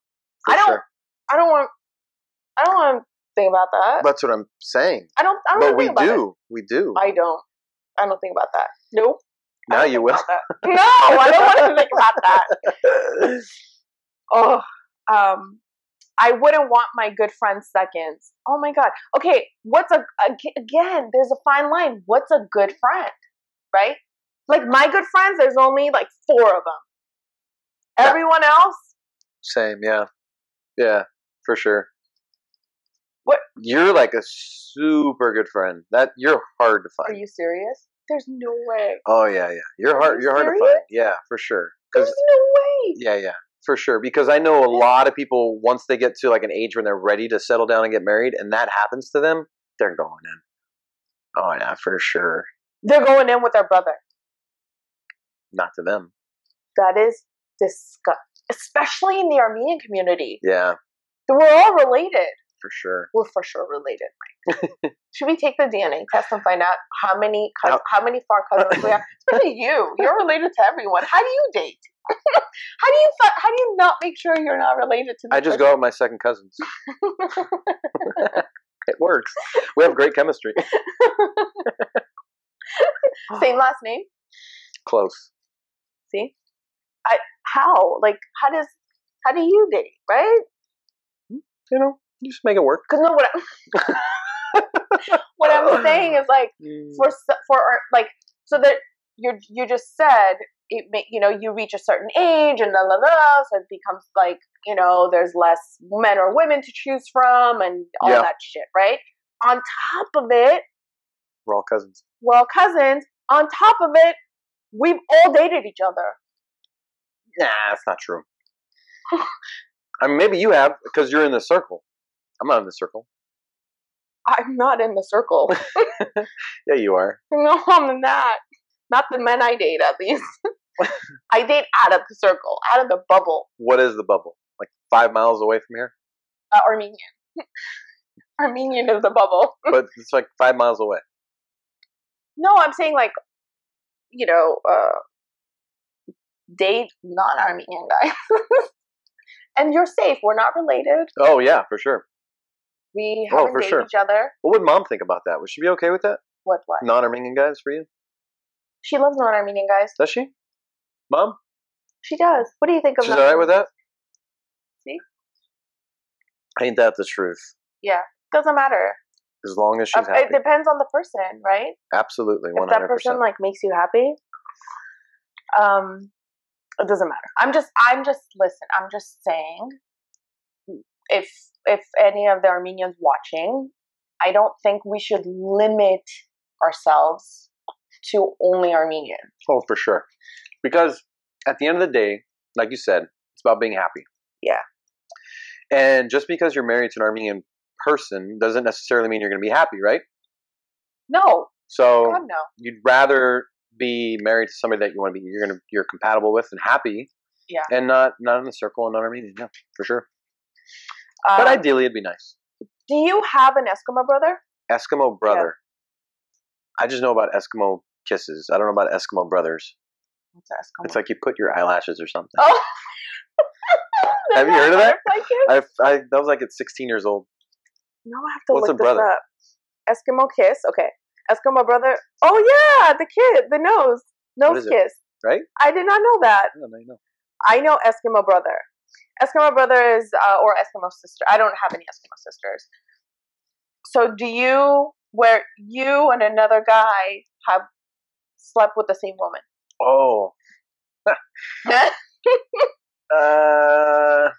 Speaker 2: for
Speaker 1: I don't,
Speaker 2: sure.
Speaker 1: I don't want, I don't want to think about that.
Speaker 2: That's what I'm saying.
Speaker 1: I don't, uh, I don't
Speaker 2: But
Speaker 1: wanna
Speaker 2: we
Speaker 1: think about it.
Speaker 2: do, we do.
Speaker 1: I don't, I don't think about that. Nope. I
Speaker 2: now
Speaker 1: don't
Speaker 2: you
Speaker 1: think
Speaker 2: will.
Speaker 1: about that. No, I don't want to think about that. Oh, um, I wouldn't want my good friend seconds. Oh my god. Okay, what's a ag- again? There's a fine line. What's a good friend, right? Like my good friends, there's only like four of them.
Speaker 2: Yeah.
Speaker 1: Everyone else,
Speaker 2: Same, yeah, yeah, for sure.
Speaker 1: What-
Speaker 2: You're like a super good friend. That you're hard to
Speaker 1: are
Speaker 2: find.
Speaker 1: you serious? There's no way.
Speaker 2: oh yeah, yeah. You're
Speaker 1: Are
Speaker 2: hard.
Speaker 1: you
Speaker 2: You're hard to
Speaker 1: serious?
Speaker 2: find. Yeah, for sure. 'Cause-
Speaker 1: There's no way.
Speaker 2: Yeah, yeah, for sure. Because I know a lot of people once they get to like an age when they're ready to settle down and get married, and that happens to them, they're going in. Oh yeah, for sure.
Speaker 1: They're going in with their brother.
Speaker 2: Not to them.
Speaker 1: That is disgust. Especially in the Armenian community,
Speaker 2: Yeah,
Speaker 1: we're all related.
Speaker 2: for sure.
Speaker 1: we're for sure related, Mike. Should we take the DNA test and find out how many cous-
Speaker 2: How-
Speaker 1: how many far cousins we are? Especially you. You're related to everyone. How do you date? how do you fi- how do you not make sure you're not related to? The
Speaker 2: I just go out with my second cousins. it works. We have great chemistry.
Speaker 1: go same last name.
Speaker 2: Close.
Speaker 1: See, I how like how does how do you date right?
Speaker 2: You know, you just make it work.
Speaker 1: Because no, what I, what I'm saying is like for s- for our- like so that you you just said it may, you know you reach a certain age and la la la so it becomes like you know there's less men or women to choose from and all
Speaker 2: Yeah.
Speaker 1: that shit right on top of it
Speaker 2: We're all cousins.
Speaker 1: well cousins on top of it we've all dated each other
Speaker 2: Nah, that's not true. I mean, maybe you have because you're in the circle. I'm not in the circle.
Speaker 1: i'm not in the circle
Speaker 2: Yeah, you are.
Speaker 1: no i'm not not the men i date at least i date out of the circle out of the bubble
Speaker 2: What is the bubble? Like five miles away from here,
Speaker 1: uh, armenian armenian is the bubble
Speaker 2: but it's like five miles away.
Speaker 1: No, I'm saying like, you know, uh, date non-Armenian guys, and you're safe. We're not related.
Speaker 2: Oh yeah, for sure.
Speaker 1: We
Speaker 2: Oh,
Speaker 1: haven't
Speaker 2: for
Speaker 1: dated
Speaker 2: sure.
Speaker 1: each other.
Speaker 2: What would mom think about that? Would she be okay with that?
Speaker 1: What? What?
Speaker 2: Non-Armenian guys for you?
Speaker 1: She loves non-Armenian guys.
Speaker 2: Does she? Mom,
Speaker 1: She does. What do you think of?
Speaker 2: she's all right with that.
Speaker 1: See?
Speaker 2: Ain't that the truth?
Speaker 1: Doesn't matter.
Speaker 2: As long as she's
Speaker 1: Uh,
Speaker 2: happy.
Speaker 1: It depends on the person, right?
Speaker 2: Absolutely, one
Speaker 1: If that
Speaker 2: hundred
Speaker 1: person
Speaker 2: percent.
Speaker 1: like makes you happy, um, it doesn't matter. I'm just, I'm just listen. I'm just saying. If if any of the Armenians watching, I don't think we should limit ourselves to only Armenian.
Speaker 2: Oh, for sure. Because at the end of the day, like you said, it's about being happy.
Speaker 1: Yeah.
Speaker 2: And just because you're married to an Armenian person doesn't necessarily mean you're going to be happy, right?
Speaker 1: No,
Speaker 2: So
Speaker 1: God no.
Speaker 2: you'd rather be married to somebody that you want to be you're going to you're compatible with and happy.
Speaker 1: Yeah.
Speaker 2: And not not in the circle and not Armenian, yeah, for sure.
Speaker 1: Um,
Speaker 2: But ideally, it'd be nice.
Speaker 1: do you have an Eskimo brother?
Speaker 2: Eskimo brother. I just know about Eskimo kisses. I don't know about Eskimo brothers.
Speaker 1: What's an Eskimo?
Speaker 2: It's like you put your eyelashes or something.
Speaker 1: oh.
Speaker 2: Have you heard of that?
Speaker 1: Butterfly kiss?
Speaker 2: I, I that was like at 16 years old.
Speaker 1: No, I have to
Speaker 2: What's
Speaker 1: look
Speaker 2: a
Speaker 1: this
Speaker 2: brother?
Speaker 1: up. Eskimo kiss. Okay. Eskimo brother. Oh yeah, the kid, the nose, nose
Speaker 2: is it?
Speaker 1: kiss.
Speaker 2: Right?
Speaker 1: I did not know that.
Speaker 2: Yeah, now you know.
Speaker 1: I know Eskimo brother. Eskimo brother is uh, or Eskimo sister. I don't have any Eskimo sisters. So do you? Where you and another guy have slept with the same woman?
Speaker 2: Oh, uh,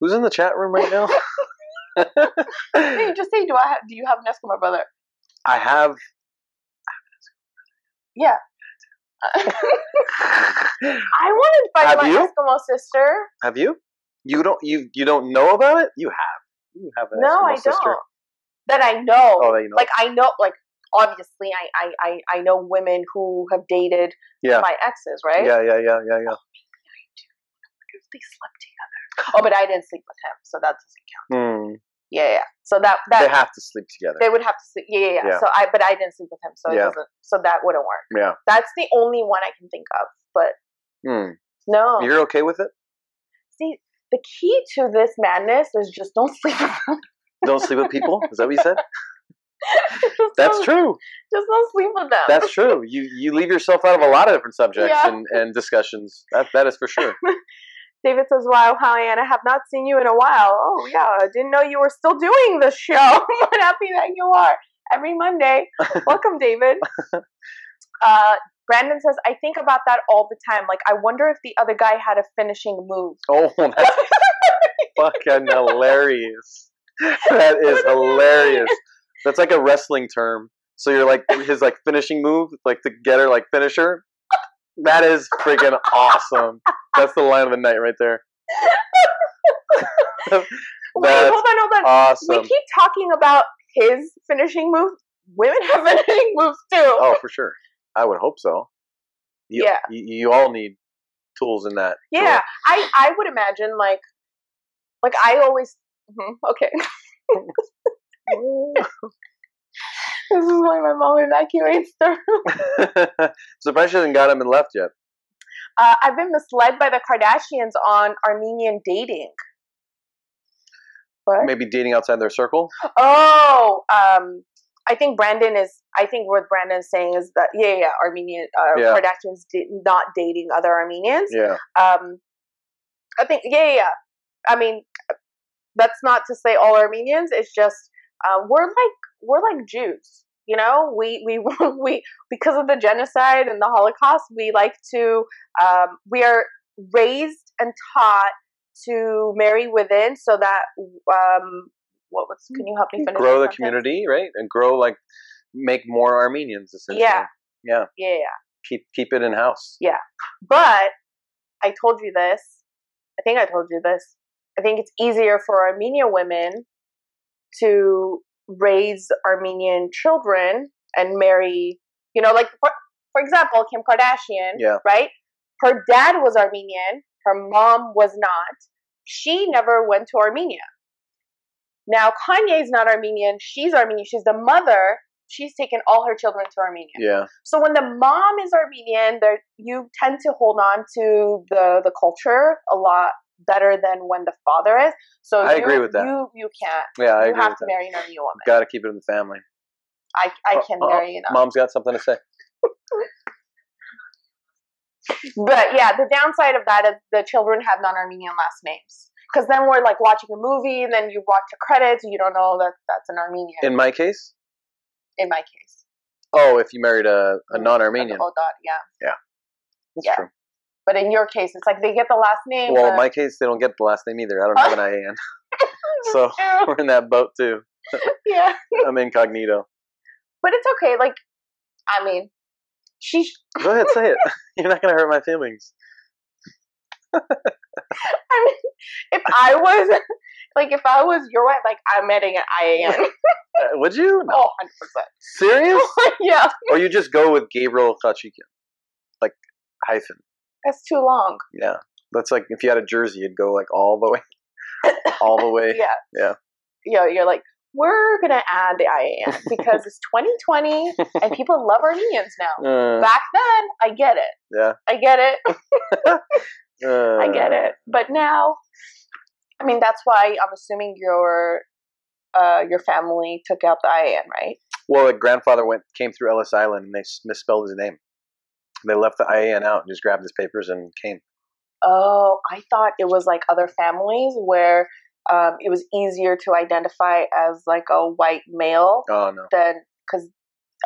Speaker 2: who's in the chat room right now?
Speaker 1: you just say, do I have? Do you have an Eskimo brother?
Speaker 2: I have.
Speaker 1: Yeah. I wanted to find
Speaker 2: Have
Speaker 1: my
Speaker 2: you?
Speaker 1: Eskimo sister.
Speaker 2: Have you? You don't. You you don't know about it. You have. you have an
Speaker 1: no,
Speaker 2: Eskimo
Speaker 1: I don't.
Speaker 2: sister.
Speaker 1: That I know.
Speaker 2: Oh, that you know.
Speaker 1: Like I know. Like obviously, I I I, I know women who have dated
Speaker 2: Yeah.
Speaker 1: my exes, right?
Speaker 2: Yeah, yeah, yeah, yeah, yeah.
Speaker 1: If They slept together. Oh, but I didn't sleep with him, so that doesn't count.
Speaker 2: Mm.
Speaker 1: Yeah, yeah. So that that
Speaker 2: They have to sleep together.
Speaker 1: They would have to sleep. Yeah, yeah, yeah.
Speaker 2: Yeah.
Speaker 1: So I, but I didn't sleep with him, so it
Speaker 2: Yeah.
Speaker 1: doesn't. So that wouldn't work.
Speaker 2: Yeah.
Speaker 1: That's the only one I can think of. But
Speaker 2: Mm.
Speaker 1: no.
Speaker 2: You're okay with it?
Speaker 1: See, the key to this madness is just don't sleep. with them.
Speaker 2: Don't sleep with people? Is that what you said?
Speaker 1: Just
Speaker 2: That's
Speaker 1: don't-
Speaker 2: true.
Speaker 1: Just don't sleep with them.
Speaker 2: That's true. You you leave yourself out of a lot of different subjects
Speaker 1: Yeah.
Speaker 2: and, and discussions. That that is for sure.
Speaker 1: David says, "Wow, Holly, and I have not seen you in a while. Oh yeah, I didn't know you were still doing the show. I'm happy that you are every Monday. Welcome, David." Uh, Brandon says, "I think about that all the time. Like, I wonder if the other guy had a finishing move."
Speaker 2: Oh, that's fucking hilarious. That is
Speaker 1: What does that
Speaker 2: hilarious. That's like a wrestling term. So you're like his like finishing move, like the getter, like finisher. That is freaking awesome. That's the line of the night right there.
Speaker 1: Wait,
Speaker 2: That's
Speaker 1: hold on, hold on.
Speaker 2: Awesome.
Speaker 1: We keep talking about his finishing move. Women have finishing moves too.
Speaker 2: Oh, for sure. I would hope so. You,
Speaker 1: Yeah.
Speaker 2: You, you all need tools in that.
Speaker 1: yeah, I I would imagine like like I always mhm, okay.
Speaker 2: tool.
Speaker 1: this is why my mom evacuates the room.
Speaker 2: Surprised she hasn't got him and left yet.
Speaker 1: Uh, I've been misled by the Kardashians on Armenian dating. What?
Speaker 2: Maybe dating outside their circle.
Speaker 1: Oh, um, I think Brandon is. I think what Brandon's saying is that yeah, yeah, Armenian uh,
Speaker 2: Yeah.
Speaker 1: Kardashians did, not dating other Armenians.
Speaker 2: Yeah.
Speaker 1: um i think yeah yeah, yeah. i mean that's not to say all armenians it's just uh, we're like we're like jews you know we we we because of the genocide and the holocaust we like to um, we are raised and taught to marry within so that um what was can you help me finish
Speaker 2: Mm, grow the
Speaker 1: sentence?
Speaker 2: community, right? And grow like make more Armenians essentially.
Speaker 1: Yeah. yeah yeah
Speaker 2: Keep keep it in house.
Speaker 1: But I told you this. I think I told you this. I think it's easier for Armenian women to raise Armenian children and marry, you know, like for, for example, Kim Kardashian,
Speaker 2: Yeah.
Speaker 1: right? Her dad was Armenian, her mom was not. She never went to Armenia. Now Kanye's not Armenian, she's Armenian, she's the mother. She's taken all her children to Armenia.
Speaker 2: Yeah.
Speaker 1: So when the mom is Armenian, there you tend to hold on to the the culture a lot better than when the father is. So
Speaker 2: I
Speaker 1: you,
Speaker 2: agree with that.
Speaker 1: You you can't.
Speaker 2: Yeah, I
Speaker 1: you
Speaker 2: agree
Speaker 1: have
Speaker 2: with
Speaker 1: to
Speaker 2: that.
Speaker 1: marry an Armenian woman.
Speaker 2: Gotta keep it in the family.
Speaker 1: I I
Speaker 2: Uh,
Speaker 1: can
Speaker 2: uh,
Speaker 1: marry an
Speaker 2: Mom's got something to say.
Speaker 1: But yeah, the downside of that is the children have non-Armenian last names. Because then we're like watching a movie, and then you watch the credits, and you don't know that that's an Armenian. In,
Speaker 2: In my case?
Speaker 1: my case,
Speaker 2: Oh, if you married a, a non
Speaker 1: An
Speaker 2: Armenian.
Speaker 1: Odad, yeah.
Speaker 2: That's
Speaker 1: Mm-hmm. Oh, yeah. uh,
Speaker 2: true.
Speaker 1: But in your case, it's like they get the last name.
Speaker 2: Well,
Speaker 1: but-
Speaker 2: in my case they don't get the last name either. I don't have an IAN. So we're in that boat too.
Speaker 1: yeah.
Speaker 2: I'm incognito.
Speaker 1: But it's okay. Like, I mean, she
Speaker 2: Go ahead, say it. You're not gonna hurt my feelings.
Speaker 1: I mean, if I was like, if I was your wife, like I'm getting an IAN.
Speaker 2: Uh, would you? No.
Speaker 1: Oh,
Speaker 2: Serious?
Speaker 1: 100%. yeah,
Speaker 2: or you just go with Gabriel Kachikian. Like hyphen.
Speaker 1: that's too long.
Speaker 2: Yeah, that's like if you had a jersey, you'd go like all the way, all the way.
Speaker 1: Yeah.
Speaker 2: Yeah.
Speaker 1: You know, you're like, we're going to add the IAN because it's 2020 and people love Armenians now.
Speaker 2: Uh,
Speaker 1: Back then, I get it.
Speaker 2: Yeah.
Speaker 1: I get it.
Speaker 2: uh,
Speaker 1: I get it. But now, I mean, that's why I'm assuming your uh, your family took out the IAN, right?
Speaker 2: Well, like grandfather went came through Ellis Island and they s- misspelled his name. They left the IAN out and just grabbed his papers and came.
Speaker 1: Oh, I thought it was like other families where um, it was easier to identify as like a white male
Speaker 2: Oh no.
Speaker 1: than because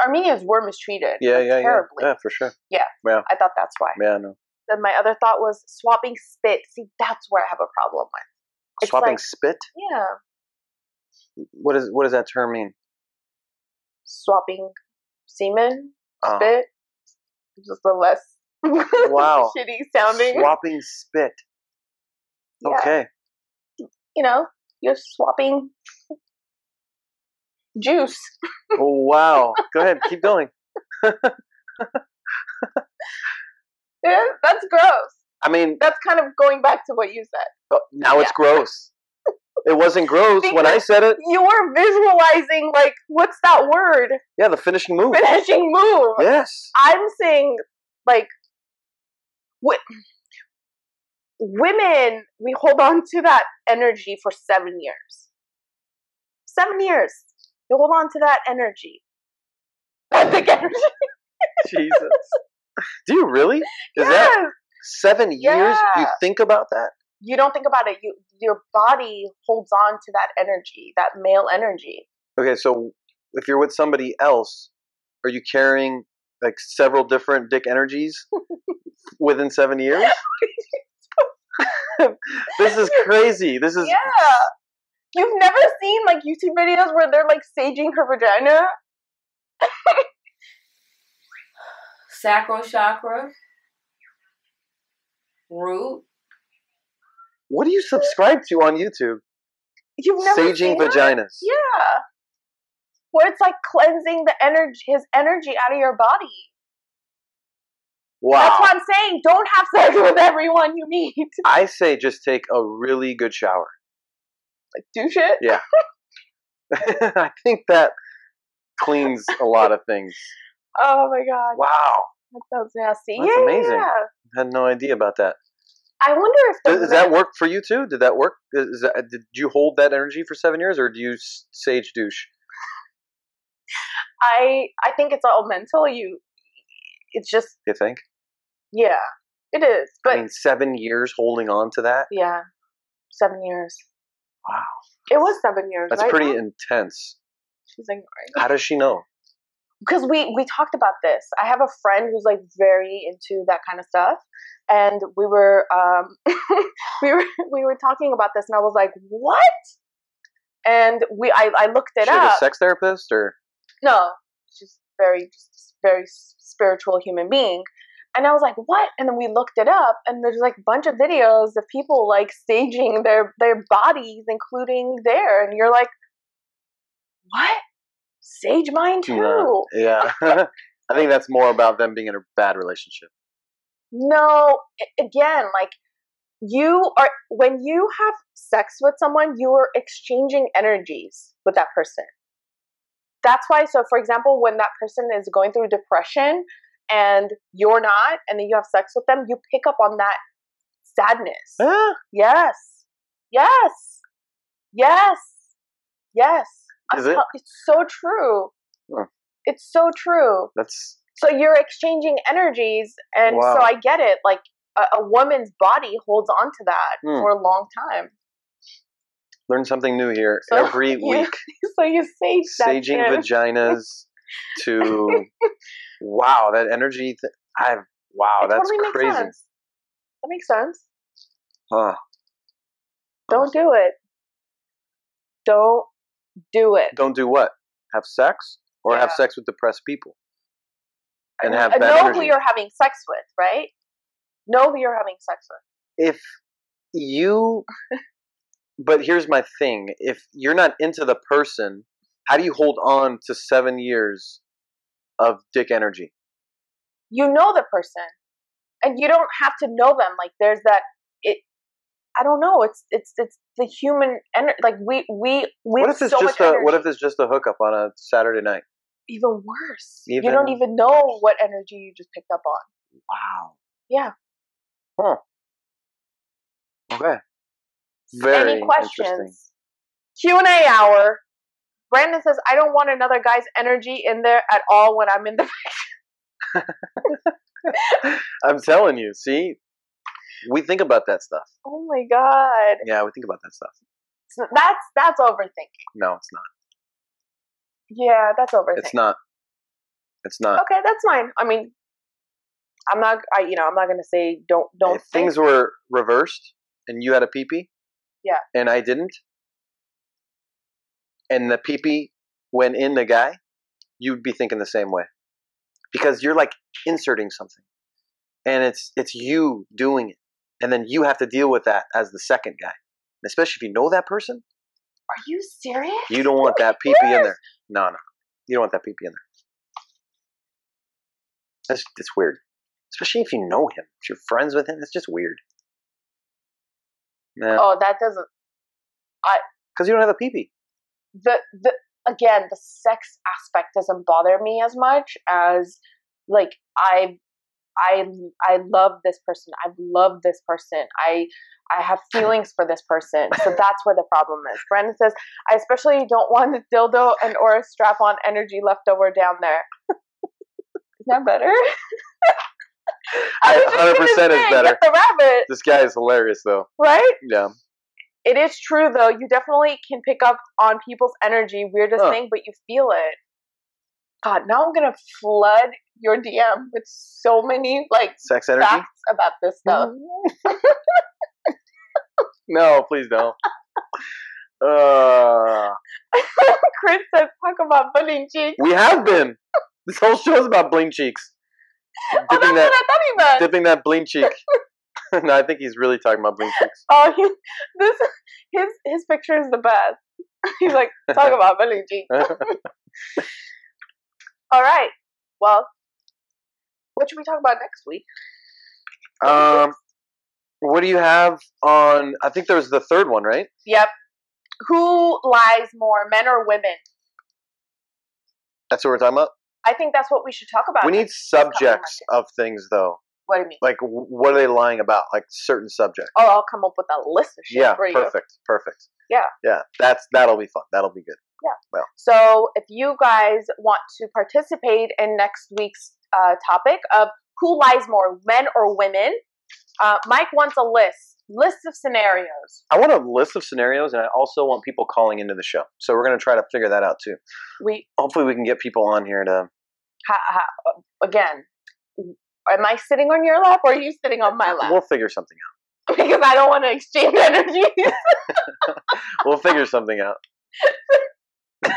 Speaker 1: Armenians were mistreated
Speaker 2: Yeah,
Speaker 1: like,
Speaker 2: yeah, yeah,
Speaker 1: terribly.
Speaker 2: yeah, for sure.
Speaker 1: I thought that's why.
Speaker 2: Yeah, no.
Speaker 1: Then my other thought was swapping spit. See, that's where I have a problem with. It's
Speaker 2: Swapping
Speaker 1: like-
Speaker 2: spit.
Speaker 1: Yeah,
Speaker 2: What is what does that term mean?
Speaker 1: swapping semen,
Speaker 2: Oh.
Speaker 1: spit, just the less
Speaker 2: Wow.
Speaker 1: shitty sounding.
Speaker 2: Swapping spit.
Speaker 1: Yeah.
Speaker 2: Okay.
Speaker 1: You know, You're swapping juice.
Speaker 2: Oh, wow. Go ahead. Keep going.
Speaker 1: Yeah, that's gross.
Speaker 2: I mean,
Speaker 1: That's kind of going back to what you said.
Speaker 2: uh, now it's gross. It wasn't gross when I said it.
Speaker 1: You were visualizing like what's that word?
Speaker 2: Yeah, the finishing move.
Speaker 1: Finishing move.
Speaker 2: Yes.
Speaker 1: I'm saying like what women we hold on to that energy for 7 years. 7 years. You hold on to that energy. Epic energy.
Speaker 2: Jesus. Do you really? Is that
Speaker 1: Yes.
Speaker 2: seven years? You
Speaker 1: Yeah.
Speaker 2: think about that?
Speaker 1: you don't think about it. You your body holds on to that energy, that male energy.
Speaker 2: Okay, so if you're with somebody else, are you carrying like several different dick energies within seven years? this is crazy. This is
Speaker 1: Yeah. You've never seen like YouTube videos where they're like saging her vagina?
Speaker 3: Sacral chakra. Root.
Speaker 2: what do you subscribe to on YouTube?
Speaker 1: You've never
Speaker 2: Saging
Speaker 1: seen that?
Speaker 2: vaginas.
Speaker 1: Yeah. Where it's like cleansing the energy his energy out of your body.
Speaker 2: Wow.
Speaker 1: That's what I'm saying. Don't have sex with everyone you meet.
Speaker 2: I say just take a really good shower.
Speaker 1: Like do shit.
Speaker 2: Yeah. I think that cleans a lot of things.
Speaker 1: Oh my god.
Speaker 2: Wow.
Speaker 1: That sounds nasty.
Speaker 2: That's
Speaker 1: yeah.
Speaker 2: amazing. Had no idea about that.
Speaker 1: I wonder if
Speaker 2: Does,
Speaker 1: the
Speaker 2: does that
Speaker 1: women-
Speaker 2: work for you too? Did that work? Is is that, did you hold that energy for seven years, or do you s- sage douche?
Speaker 1: I I think it's all mental. You it's just
Speaker 2: You think?
Speaker 1: Yeah, it is. But
Speaker 2: I mean, seven years holding on to that.
Speaker 1: yeah, seven years.
Speaker 2: Wow.
Speaker 1: It was seven years.
Speaker 2: That's
Speaker 1: right?
Speaker 2: pretty
Speaker 1: Mom?
Speaker 2: intense.
Speaker 1: She's ignoring.
Speaker 2: How does she know?
Speaker 1: Because we we talked about this. I have a friend who's like very into that kind of stuff, and we were um we were we were talking about this, and I was like, what? And we I I looked it
Speaker 2: she had a
Speaker 1: up.
Speaker 2: sex therapist, or
Speaker 1: No, she's very just very s- spiritual human being. And I was like, "What?" And then we looked it up, and there's like a bunch of videos of people like staging their their bodies, including there. And you're like, "What? Stage mine
Speaker 2: uh,
Speaker 1: too?"
Speaker 2: No. yeah. I think that's more about them being in a bad relationship.
Speaker 1: No, a- again, like you are when you have sex with someone, you are exchanging energies with that person. That's why so for example, when that person is going through depression and you're not and then you have sex with them, you pick up on that sadness.
Speaker 2: Huh?
Speaker 1: Yes. Yes. Yes. Yes. I'm
Speaker 2: Is it?
Speaker 1: tell- It's so true.
Speaker 2: Huh.
Speaker 1: It's so true
Speaker 2: That's
Speaker 1: so you're exchanging energies and
Speaker 2: Wow.
Speaker 1: so i get it like a, a woman's body holds on to that
Speaker 2: Hmm.
Speaker 1: for a long time
Speaker 2: learn something new here
Speaker 1: So-
Speaker 2: every
Speaker 1: Yeah.
Speaker 2: week.
Speaker 1: so you sage that
Speaker 2: Saging
Speaker 1: shit.
Speaker 2: vaginas to wow that energy. Th- I wow
Speaker 1: It
Speaker 2: that's
Speaker 1: totally makes
Speaker 2: crazy.
Speaker 1: sense. that makes sense
Speaker 2: Huh.
Speaker 1: don't do it don't do it
Speaker 2: Don't do what? Have sex or have
Speaker 1: Yeah.
Speaker 2: sex with depressed people and have
Speaker 1: Uh,
Speaker 2: bad
Speaker 1: know who
Speaker 2: energy.
Speaker 1: you're having sex with right know who you're having sex with
Speaker 2: if you but here's my thing if you're not into the person how do you hold on to seven years of dick energy
Speaker 1: you know the person and you don't have to know them like there's that it i don't know it's it's it's the human energy like we we we
Speaker 2: what
Speaker 1: have
Speaker 2: if it's
Speaker 1: so
Speaker 2: just
Speaker 1: much
Speaker 2: a
Speaker 1: energy.
Speaker 2: what if it's just a hookup on a saturday night
Speaker 1: even worse. you
Speaker 2: Even-
Speaker 1: don't even know what energy you just picked up on.
Speaker 2: wow
Speaker 1: Yeah.
Speaker 2: huh okay very
Speaker 1: Any
Speaker 2: interesting
Speaker 1: questions? Q and A hour. Brandon says, "I don't want another guy's energy in there at all when I'm in the."
Speaker 2: i'm telling you see we think about that stuff
Speaker 1: Oh my god,
Speaker 2: yeah we think about that stuff
Speaker 1: So that's that's overthinking.
Speaker 2: no it's not
Speaker 1: Yeah, that's overthinking.
Speaker 2: it's not it's not
Speaker 1: Okay, that's fine. I mean, I'm not. I you know I'm not gonna say don't don't
Speaker 2: if things were reversed and you had a peepee,
Speaker 1: Yeah.
Speaker 2: and I didn't, and the peepee went in the guy, you'd be thinking the same way because you're like inserting something, and it's it's you doing it, and then you have to deal with that as the second guy, And especially if you know that person.
Speaker 1: Are you serious?
Speaker 2: You don't want that pee pee in there. No, no. You don't want that pee pee in there. That's that's weird. Especially if you know him. If you're friends with him, it's just weird. No.
Speaker 1: Oh, that doesn't.
Speaker 2: Because you don't have a pee pee.
Speaker 1: The the again, the sex aspect doesn't bother me as much as like I. I I love this person. I love this person. I I have feelings for this person. So that's where the problem is. Brandon says, I especially don't want a dildo and or a strap on energy left over down there. Is that better? I was just gonna
Speaker 2: 100% is
Speaker 1: say,
Speaker 2: better.
Speaker 1: Get the rabbit,
Speaker 2: This guy is hilarious though.
Speaker 1: right?
Speaker 2: Yeah.
Speaker 1: It is true though. You definitely can pick up on people's energy, weirdest
Speaker 2: Huh.
Speaker 1: thing, but you feel it. God, now I'm gonna flood your DM with so many like
Speaker 2: Sex energy? Mm-hmm.
Speaker 1: facts about this stuff.
Speaker 2: No, please don't. Uh,
Speaker 1: Chris says, "Talk about budding cheeks."
Speaker 2: we have been. This whole show is about bling cheeks.
Speaker 1: Oh, that's
Speaker 2: Dipping that,
Speaker 1: what I thought he meant.
Speaker 2: dipping that bling cheek. no, I think he's really talking about bling cheeks.
Speaker 1: oh, he, this his his picture is the best. He's like, "Talk about budding cheeks." All right. Well, what should we talk about next week?
Speaker 2: Um, what do you have on? I think there's the third one, right?
Speaker 1: Yep. Who lies more, men or women?
Speaker 2: That's what we're talking about.
Speaker 1: I think that's what we should talk about.
Speaker 2: We need subjects of things, though.
Speaker 1: What do you mean?
Speaker 2: Like, wh- what are they lying about? Like certain subjects.
Speaker 1: Oh, I'll come up with a list of shit
Speaker 2: Yeah,
Speaker 1: for you.
Speaker 2: perfect, perfect.
Speaker 1: Yeah.
Speaker 2: yeah. That's that'll be fun. That'll be good.
Speaker 1: So, if you guys want to participate in next week's uh, topic of who lies more, men or women, uh, Mike wants a list, list of scenarios.
Speaker 2: I want a list of scenarios, and I also want people calling into the show. So we're gonna try to figure that out too.
Speaker 1: We
Speaker 2: Hopefully, we can get people on here to.
Speaker 1: ha, ha, again, am I sitting on your lap or are you sitting on my lap?
Speaker 2: We'll figure something
Speaker 1: Because I don't want to exchange energy.
Speaker 2: out. We'll figure something out.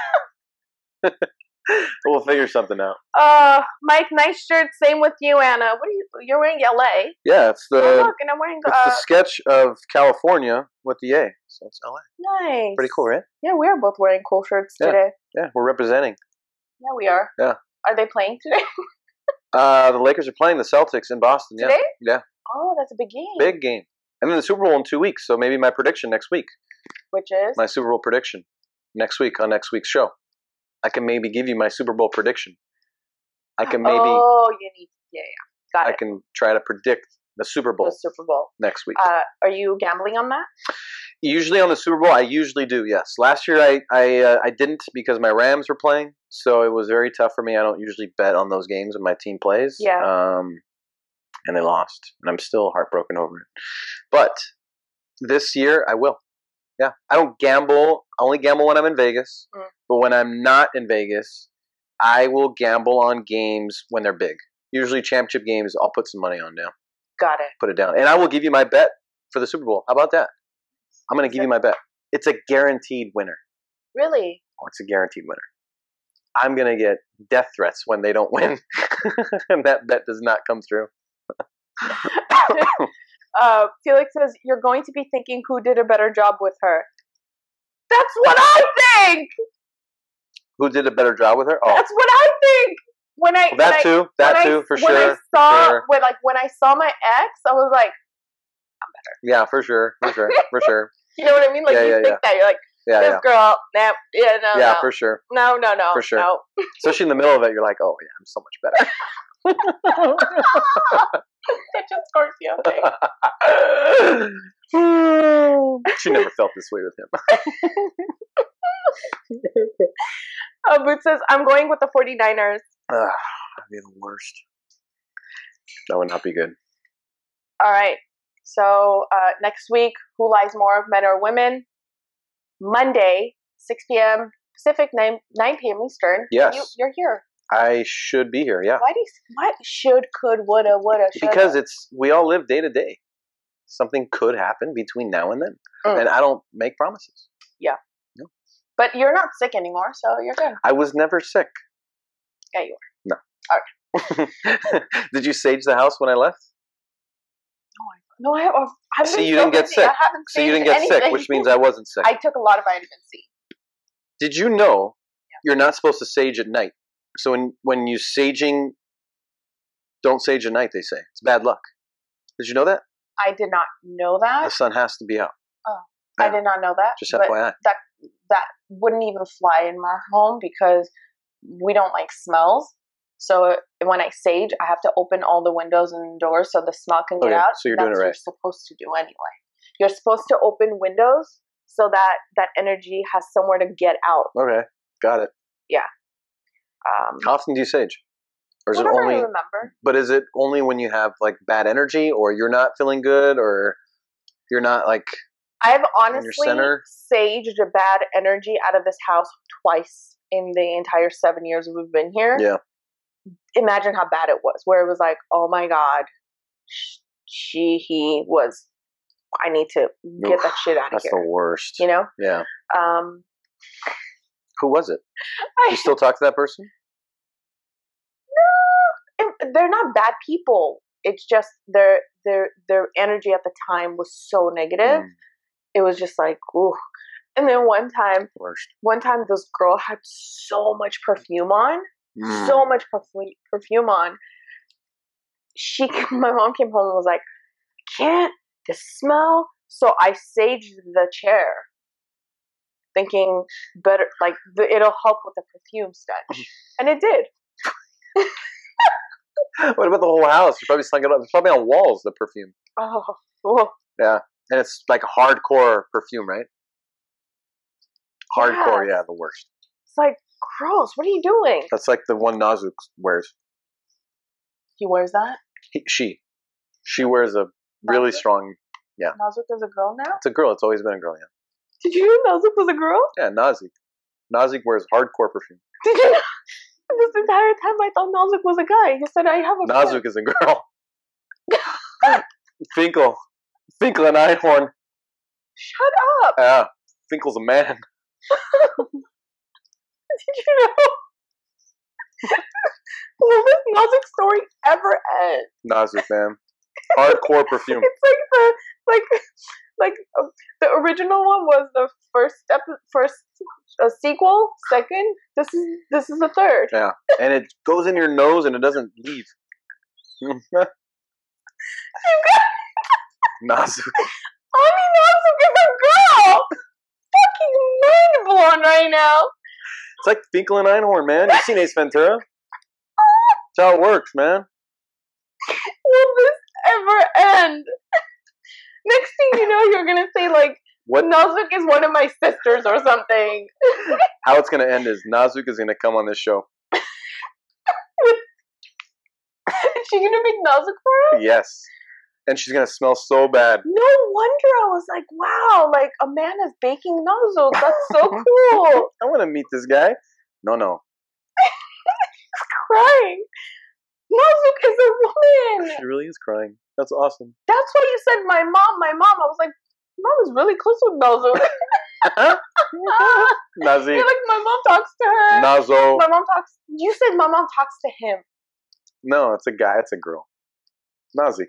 Speaker 2: we'll figure something out.
Speaker 1: Uh, Mike, nice shirt. Same with you, Anna. What are you? You're wearing LA.
Speaker 2: Yeah, it's the.
Speaker 1: oh, look, and I'm wearing
Speaker 2: It's
Speaker 1: uh,
Speaker 2: the sketch of California with the A. So it's LA.
Speaker 1: nice.
Speaker 2: Pretty cool, right?
Speaker 1: Yeah, we are both wearing cool shirts
Speaker 2: Yeah.
Speaker 1: today.
Speaker 2: Yeah, we're representing.
Speaker 1: Yeah, we are.
Speaker 2: Yeah.
Speaker 1: Are they playing today?
Speaker 2: Uh, the Lakers are playing the Celtics in Boston. Yeah,
Speaker 1: Today?
Speaker 2: yeah.
Speaker 1: Oh, that's a big game.
Speaker 2: big game. And then the Super Bowl in two weeks. So maybe my prediction next week.
Speaker 1: Which is
Speaker 2: My Super Bowl prediction next week on next week's show. I can maybe give you my Super Bowl prediction. I can maybe
Speaker 1: Oh, you need. Yeah, yeah. Got
Speaker 2: I
Speaker 1: it.
Speaker 2: can try to predict the Super Bowl
Speaker 1: The Super Bowl.
Speaker 2: next week.
Speaker 1: Uh, are you gambling on that?
Speaker 2: usually on the Super Bowl, I usually do. Yes, last year I I, uh, I didn't because my Rams were playing, so it was very tough for me. I don't usually bet on those games when my team plays.
Speaker 1: Yeah.
Speaker 2: Um, and they lost, and I'm still heartbroken over it. But this year I will. Yeah, I don't gamble. I only gamble when I'm in Vegas.
Speaker 1: Mm.
Speaker 2: But when I'm not in Vegas, I will gamble on games when they're big. Usually championship games, I'll put some money on now.
Speaker 1: Got it.
Speaker 2: Put it down, and I will give you my bet for the Super Bowl. How about that? I'm going to give you my bet. It's a guaranteed winner.
Speaker 1: Really?
Speaker 2: Oh, it's a guaranteed winner. I'm going to get death threats when they don't win. and that bet does not come through.
Speaker 1: Uh, Felix says you're going to be thinking who did a better job with her. That's what I think.
Speaker 2: Who did a better job with her? Oh,
Speaker 1: That's what I think. When I
Speaker 2: well,
Speaker 1: when I-
Speaker 2: that too. That
Speaker 1: when I-
Speaker 2: too, for
Speaker 1: when
Speaker 2: sure.
Speaker 1: I saw
Speaker 2: sure.
Speaker 1: when like when I saw my ex, I was like,
Speaker 2: Yeah, for sure. For sure. For sure.
Speaker 1: you know what I mean? Like
Speaker 2: Yeah,
Speaker 1: you
Speaker 2: yeah,
Speaker 1: think that you're like
Speaker 2: Yeah,
Speaker 1: this
Speaker 2: yeah.
Speaker 1: girl, nah, yeah, no,
Speaker 2: Yeah,
Speaker 1: no,
Speaker 2: for sure.
Speaker 1: no, no, no,
Speaker 2: for sure.
Speaker 1: no.
Speaker 2: Especially in the middle of it, you're like, oh, yeah, I'm so much better.
Speaker 1: Such a Scorpio thing.
Speaker 2: she never felt this way with him.
Speaker 1: Uh, Boots says, I'm going with the 49ers.
Speaker 2: Ah, that'd be the worst. That would not be good.
Speaker 1: All right. So uh, next week, who lies more, men or women? Monday, 6 p.m. Pacific, 9, 9 p.m. Eastern.
Speaker 2: Yes.
Speaker 1: You, you're here.
Speaker 2: I should be here, yeah.
Speaker 1: Why do you, what should, could, woulda, woulda, shoulda?
Speaker 2: because it's we all live day to day. Something could happen between now and then,
Speaker 1: Mm.
Speaker 2: and I don't make promises.
Speaker 1: But you're not sick anymore, so you're good.
Speaker 2: I was never sick.
Speaker 1: Yeah, you
Speaker 2: were. No. Did you sage the house when I left?
Speaker 1: No, I No, I have. I've
Speaker 2: See,
Speaker 1: been
Speaker 2: you
Speaker 1: so
Speaker 2: didn't get
Speaker 1: busy, I
Speaker 2: sick.
Speaker 1: haven't
Speaker 2: So you didn't
Speaker 1: changed
Speaker 2: get sick,
Speaker 1: anything.
Speaker 2: which means I wasn't sick.
Speaker 1: I took a lot of vitamin C.
Speaker 2: Did you know you're not supposed to sage at night? So when when you saging, don't sage at night. They say it's bad luck. Did you know that
Speaker 1: I did not know
Speaker 2: the
Speaker 1: that.
Speaker 2: sun has to be out?
Speaker 1: I did not know that.
Speaker 2: Just
Speaker 1: but
Speaker 2: FYI.
Speaker 1: that wouldn't even fly in my home because we don't like smells. So when I sage, I have to open all the windows and doors so the smell can get
Speaker 2: Okay,
Speaker 1: out.
Speaker 2: so you're
Speaker 1: That's
Speaker 2: doing it
Speaker 1: what
Speaker 2: right.
Speaker 1: You're supposed to do anyway. You're supposed to open windows so that that energy has somewhere to get out.
Speaker 2: Okay, got it.
Speaker 1: Um,
Speaker 2: How often do you sage? Or is it
Speaker 1: whatever I
Speaker 2: only?
Speaker 1: remember.
Speaker 2: But is it only when you have like bad energy, or you're not feeling good, or you're not like
Speaker 1: I've
Speaker 2: your
Speaker 1: honestly
Speaker 2: center?
Speaker 1: saged a bad energy out of this house twice in the entire seven years we've been here.
Speaker 2: Yeah.
Speaker 1: Imagine how bad it was, where it was like, oh my God, sh- she, he was, I need to get
Speaker 2: Oof,
Speaker 1: that shit out of
Speaker 2: that's
Speaker 1: here.
Speaker 2: the worst.
Speaker 1: you know?
Speaker 2: yeah.
Speaker 1: Um,
Speaker 2: Who was it? You
Speaker 1: I,
Speaker 2: still talk to that person?
Speaker 1: it- they're not bad people. It's just their their their energy at the time was so negative.
Speaker 2: Mm,
Speaker 1: It was just like, ooh. And then one time,
Speaker 2: worst.
Speaker 1: one time, this girl had so much perfume on,
Speaker 2: Mm.
Speaker 1: so much perfume perfume on. She, my mom came home and was like, I "Can't the smell?" So I saged the chair, thinking better, like the, it'll help with the perfume stench, and it did.
Speaker 2: What about the whole house? You probably slung it up. It's probably on walls. The perfume,
Speaker 1: Oh, oh.
Speaker 2: and it's like hardcore perfume, right? Hardcore, yeah, the worst.
Speaker 1: it's like gross. What are you doing?
Speaker 2: That's like the one Nazuk wears.
Speaker 1: He wears that.
Speaker 2: He, she, she wears a really
Speaker 1: Nazuk?
Speaker 2: strong.
Speaker 1: Nazuk is a girl now.
Speaker 2: It's a girl. It's always been a girl. Yeah,
Speaker 1: Did you know Nazuk was a girl?
Speaker 2: yeah, Nazuk. Nazuk wears hardcore perfume.
Speaker 1: Did you? Know? This entire time I thought Nazuk was a guy. He said I have a friend."
Speaker 2: Nazuk is a girl. Finkel, Finkel and Einhorn.
Speaker 1: Shut up.
Speaker 2: Yeah, Finkel's a man.
Speaker 1: Did you know? Will this Nazuk story ever end?
Speaker 2: Nazuk, man. Hardcore perfume.
Speaker 1: It's like the like like uh, the original one was the first step, first uh, sequel, second. This is this is the third.
Speaker 2: and it goes in your nose and it doesn't leave. Nazuk.
Speaker 1: Only Nazuk is a girl. Fucking mind blown right now.
Speaker 2: It's like Finkel and Einhorn, man. You've seen Ace Ventura. That's how it works, man.
Speaker 1: Will this ever end? Next thing you know, you're gonna say like
Speaker 2: What?
Speaker 1: Nazuk is one of my sisters or something.
Speaker 2: How it's gonna end is Nazuk is gonna come on this show.
Speaker 1: Is she gonna make Nazuk for us?
Speaker 2: Yes, and she's gonna smell so bad.
Speaker 1: No wonder I was like, wow, like a man is baking Nazuk. That's so cool.
Speaker 2: I want to meet this guy. No, no,
Speaker 1: Crying. Nazuk is a woman.
Speaker 2: she really is crying. That's awesome.
Speaker 1: That's why you said my mom, my mom. I was like, mom is really close with Nazuk.
Speaker 2: Nazik,
Speaker 1: You're like, my mom talks to her.
Speaker 2: Nazo.
Speaker 1: My mom talks. You said my mom talks to him.
Speaker 2: No, it's a guy. It's a girl. Nazik.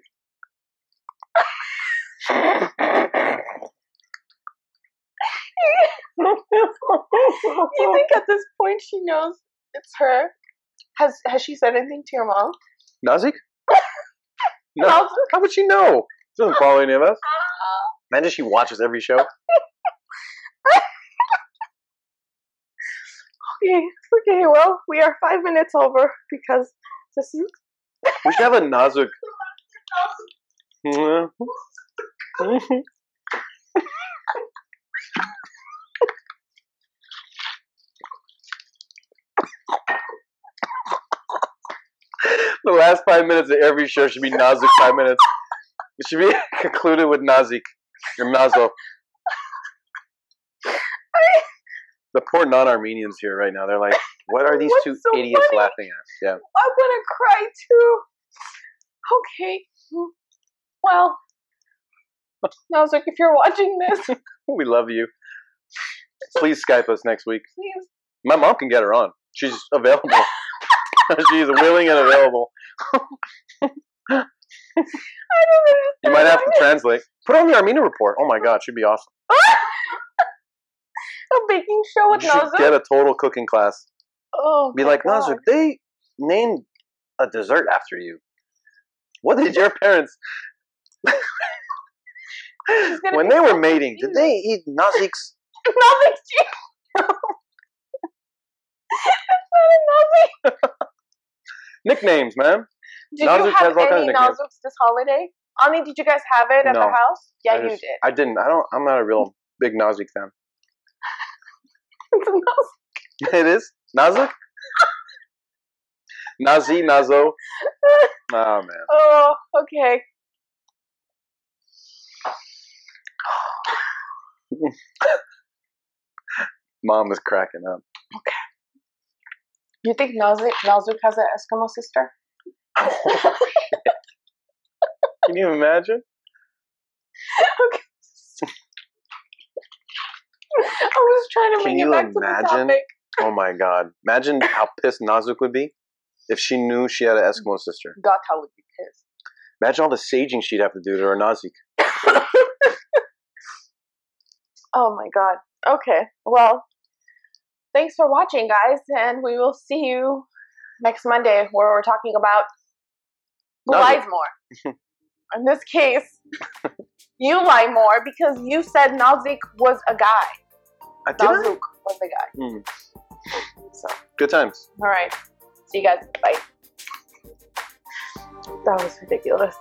Speaker 1: you think at this point she knows it's her? Has has she said anything to your mom?
Speaker 2: Nazik? No.
Speaker 1: Nazuk?
Speaker 2: How would she know? She doesn't follow any of us. Imagine she watches every show.
Speaker 1: Okay, okay. Well, we are five minutes over because this is
Speaker 2: We should have a Nazuk. the last five minutes of every show should be Nazik five minutes. It should be concluded with Nazik or Nazo. The poor non-Armenians here right now—they're like, "What are these
Speaker 1: What's
Speaker 2: two
Speaker 1: so
Speaker 2: idiots
Speaker 1: funny?
Speaker 2: laughing at?" Yeah.
Speaker 1: I'm gonna cry too. Okay. Well, Nazuk, if you're watching this,
Speaker 2: We love you. Please Skype us next week.
Speaker 1: please.
Speaker 2: My mom can get her on. She's available. She's willing and available. You might have to translate. Put on the Armenia report. Oh my god, she'd be awesome.
Speaker 1: a baking show with
Speaker 2: You should
Speaker 1: Nazir.
Speaker 2: get a total cooking class.
Speaker 1: oh,
Speaker 2: Be
Speaker 1: my
Speaker 2: like,
Speaker 1: God.
Speaker 2: Nazir, they named a dessert after you. What did your parents
Speaker 1: She's gonna
Speaker 2: when
Speaker 1: be
Speaker 2: they
Speaker 1: so
Speaker 2: were mating, did
Speaker 1: confused.
Speaker 2: they eat Nazik's
Speaker 1: Melvin Cheese. It's not a Melvin.
Speaker 2: nicknames, man?
Speaker 1: Did
Speaker 2: Nazook
Speaker 1: you have
Speaker 2: has all kinds of
Speaker 1: any
Speaker 2: nicknames.
Speaker 1: Nazooks this holiday? Ani, did you guys have it at
Speaker 2: No.
Speaker 1: the house? Yeah,
Speaker 2: I
Speaker 1: you
Speaker 2: just-
Speaker 1: did.
Speaker 2: I didn't. I don't I'm not a real big Nazik fan.
Speaker 1: It's a Nazook.
Speaker 2: it is? Nazik? Nazi, Nazo. Oh man.
Speaker 1: oh, okay.
Speaker 2: Mom is cracking up.
Speaker 1: You think Nazook, Nazook has an Eskimo sister?
Speaker 2: Can you imagine?
Speaker 1: I was trying to
Speaker 2: Can
Speaker 1: bring it
Speaker 2: you
Speaker 1: back to the
Speaker 2: imagine?
Speaker 1: topic.
Speaker 2: Oh my god. Imagine how pissed Nazuk would be if she knew she had an Eskimo sister.
Speaker 1: Gata would be pissed.
Speaker 2: Imagine all the saging she'd have to do to her Nazik.
Speaker 1: Oh my god. Okay. Well, thanks for watching, guys, and we will see you next Monday where we're talking about who
Speaker 2: Nothing.
Speaker 1: lies more. In this case, you lie more because you said Nazik was a guy.
Speaker 2: I did it.
Speaker 1: Nazuk was a guy.
Speaker 2: Hmm.
Speaker 1: So,
Speaker 2: Good times.
Speaker 1: all right. See you guys. Bye. That was ridiculous.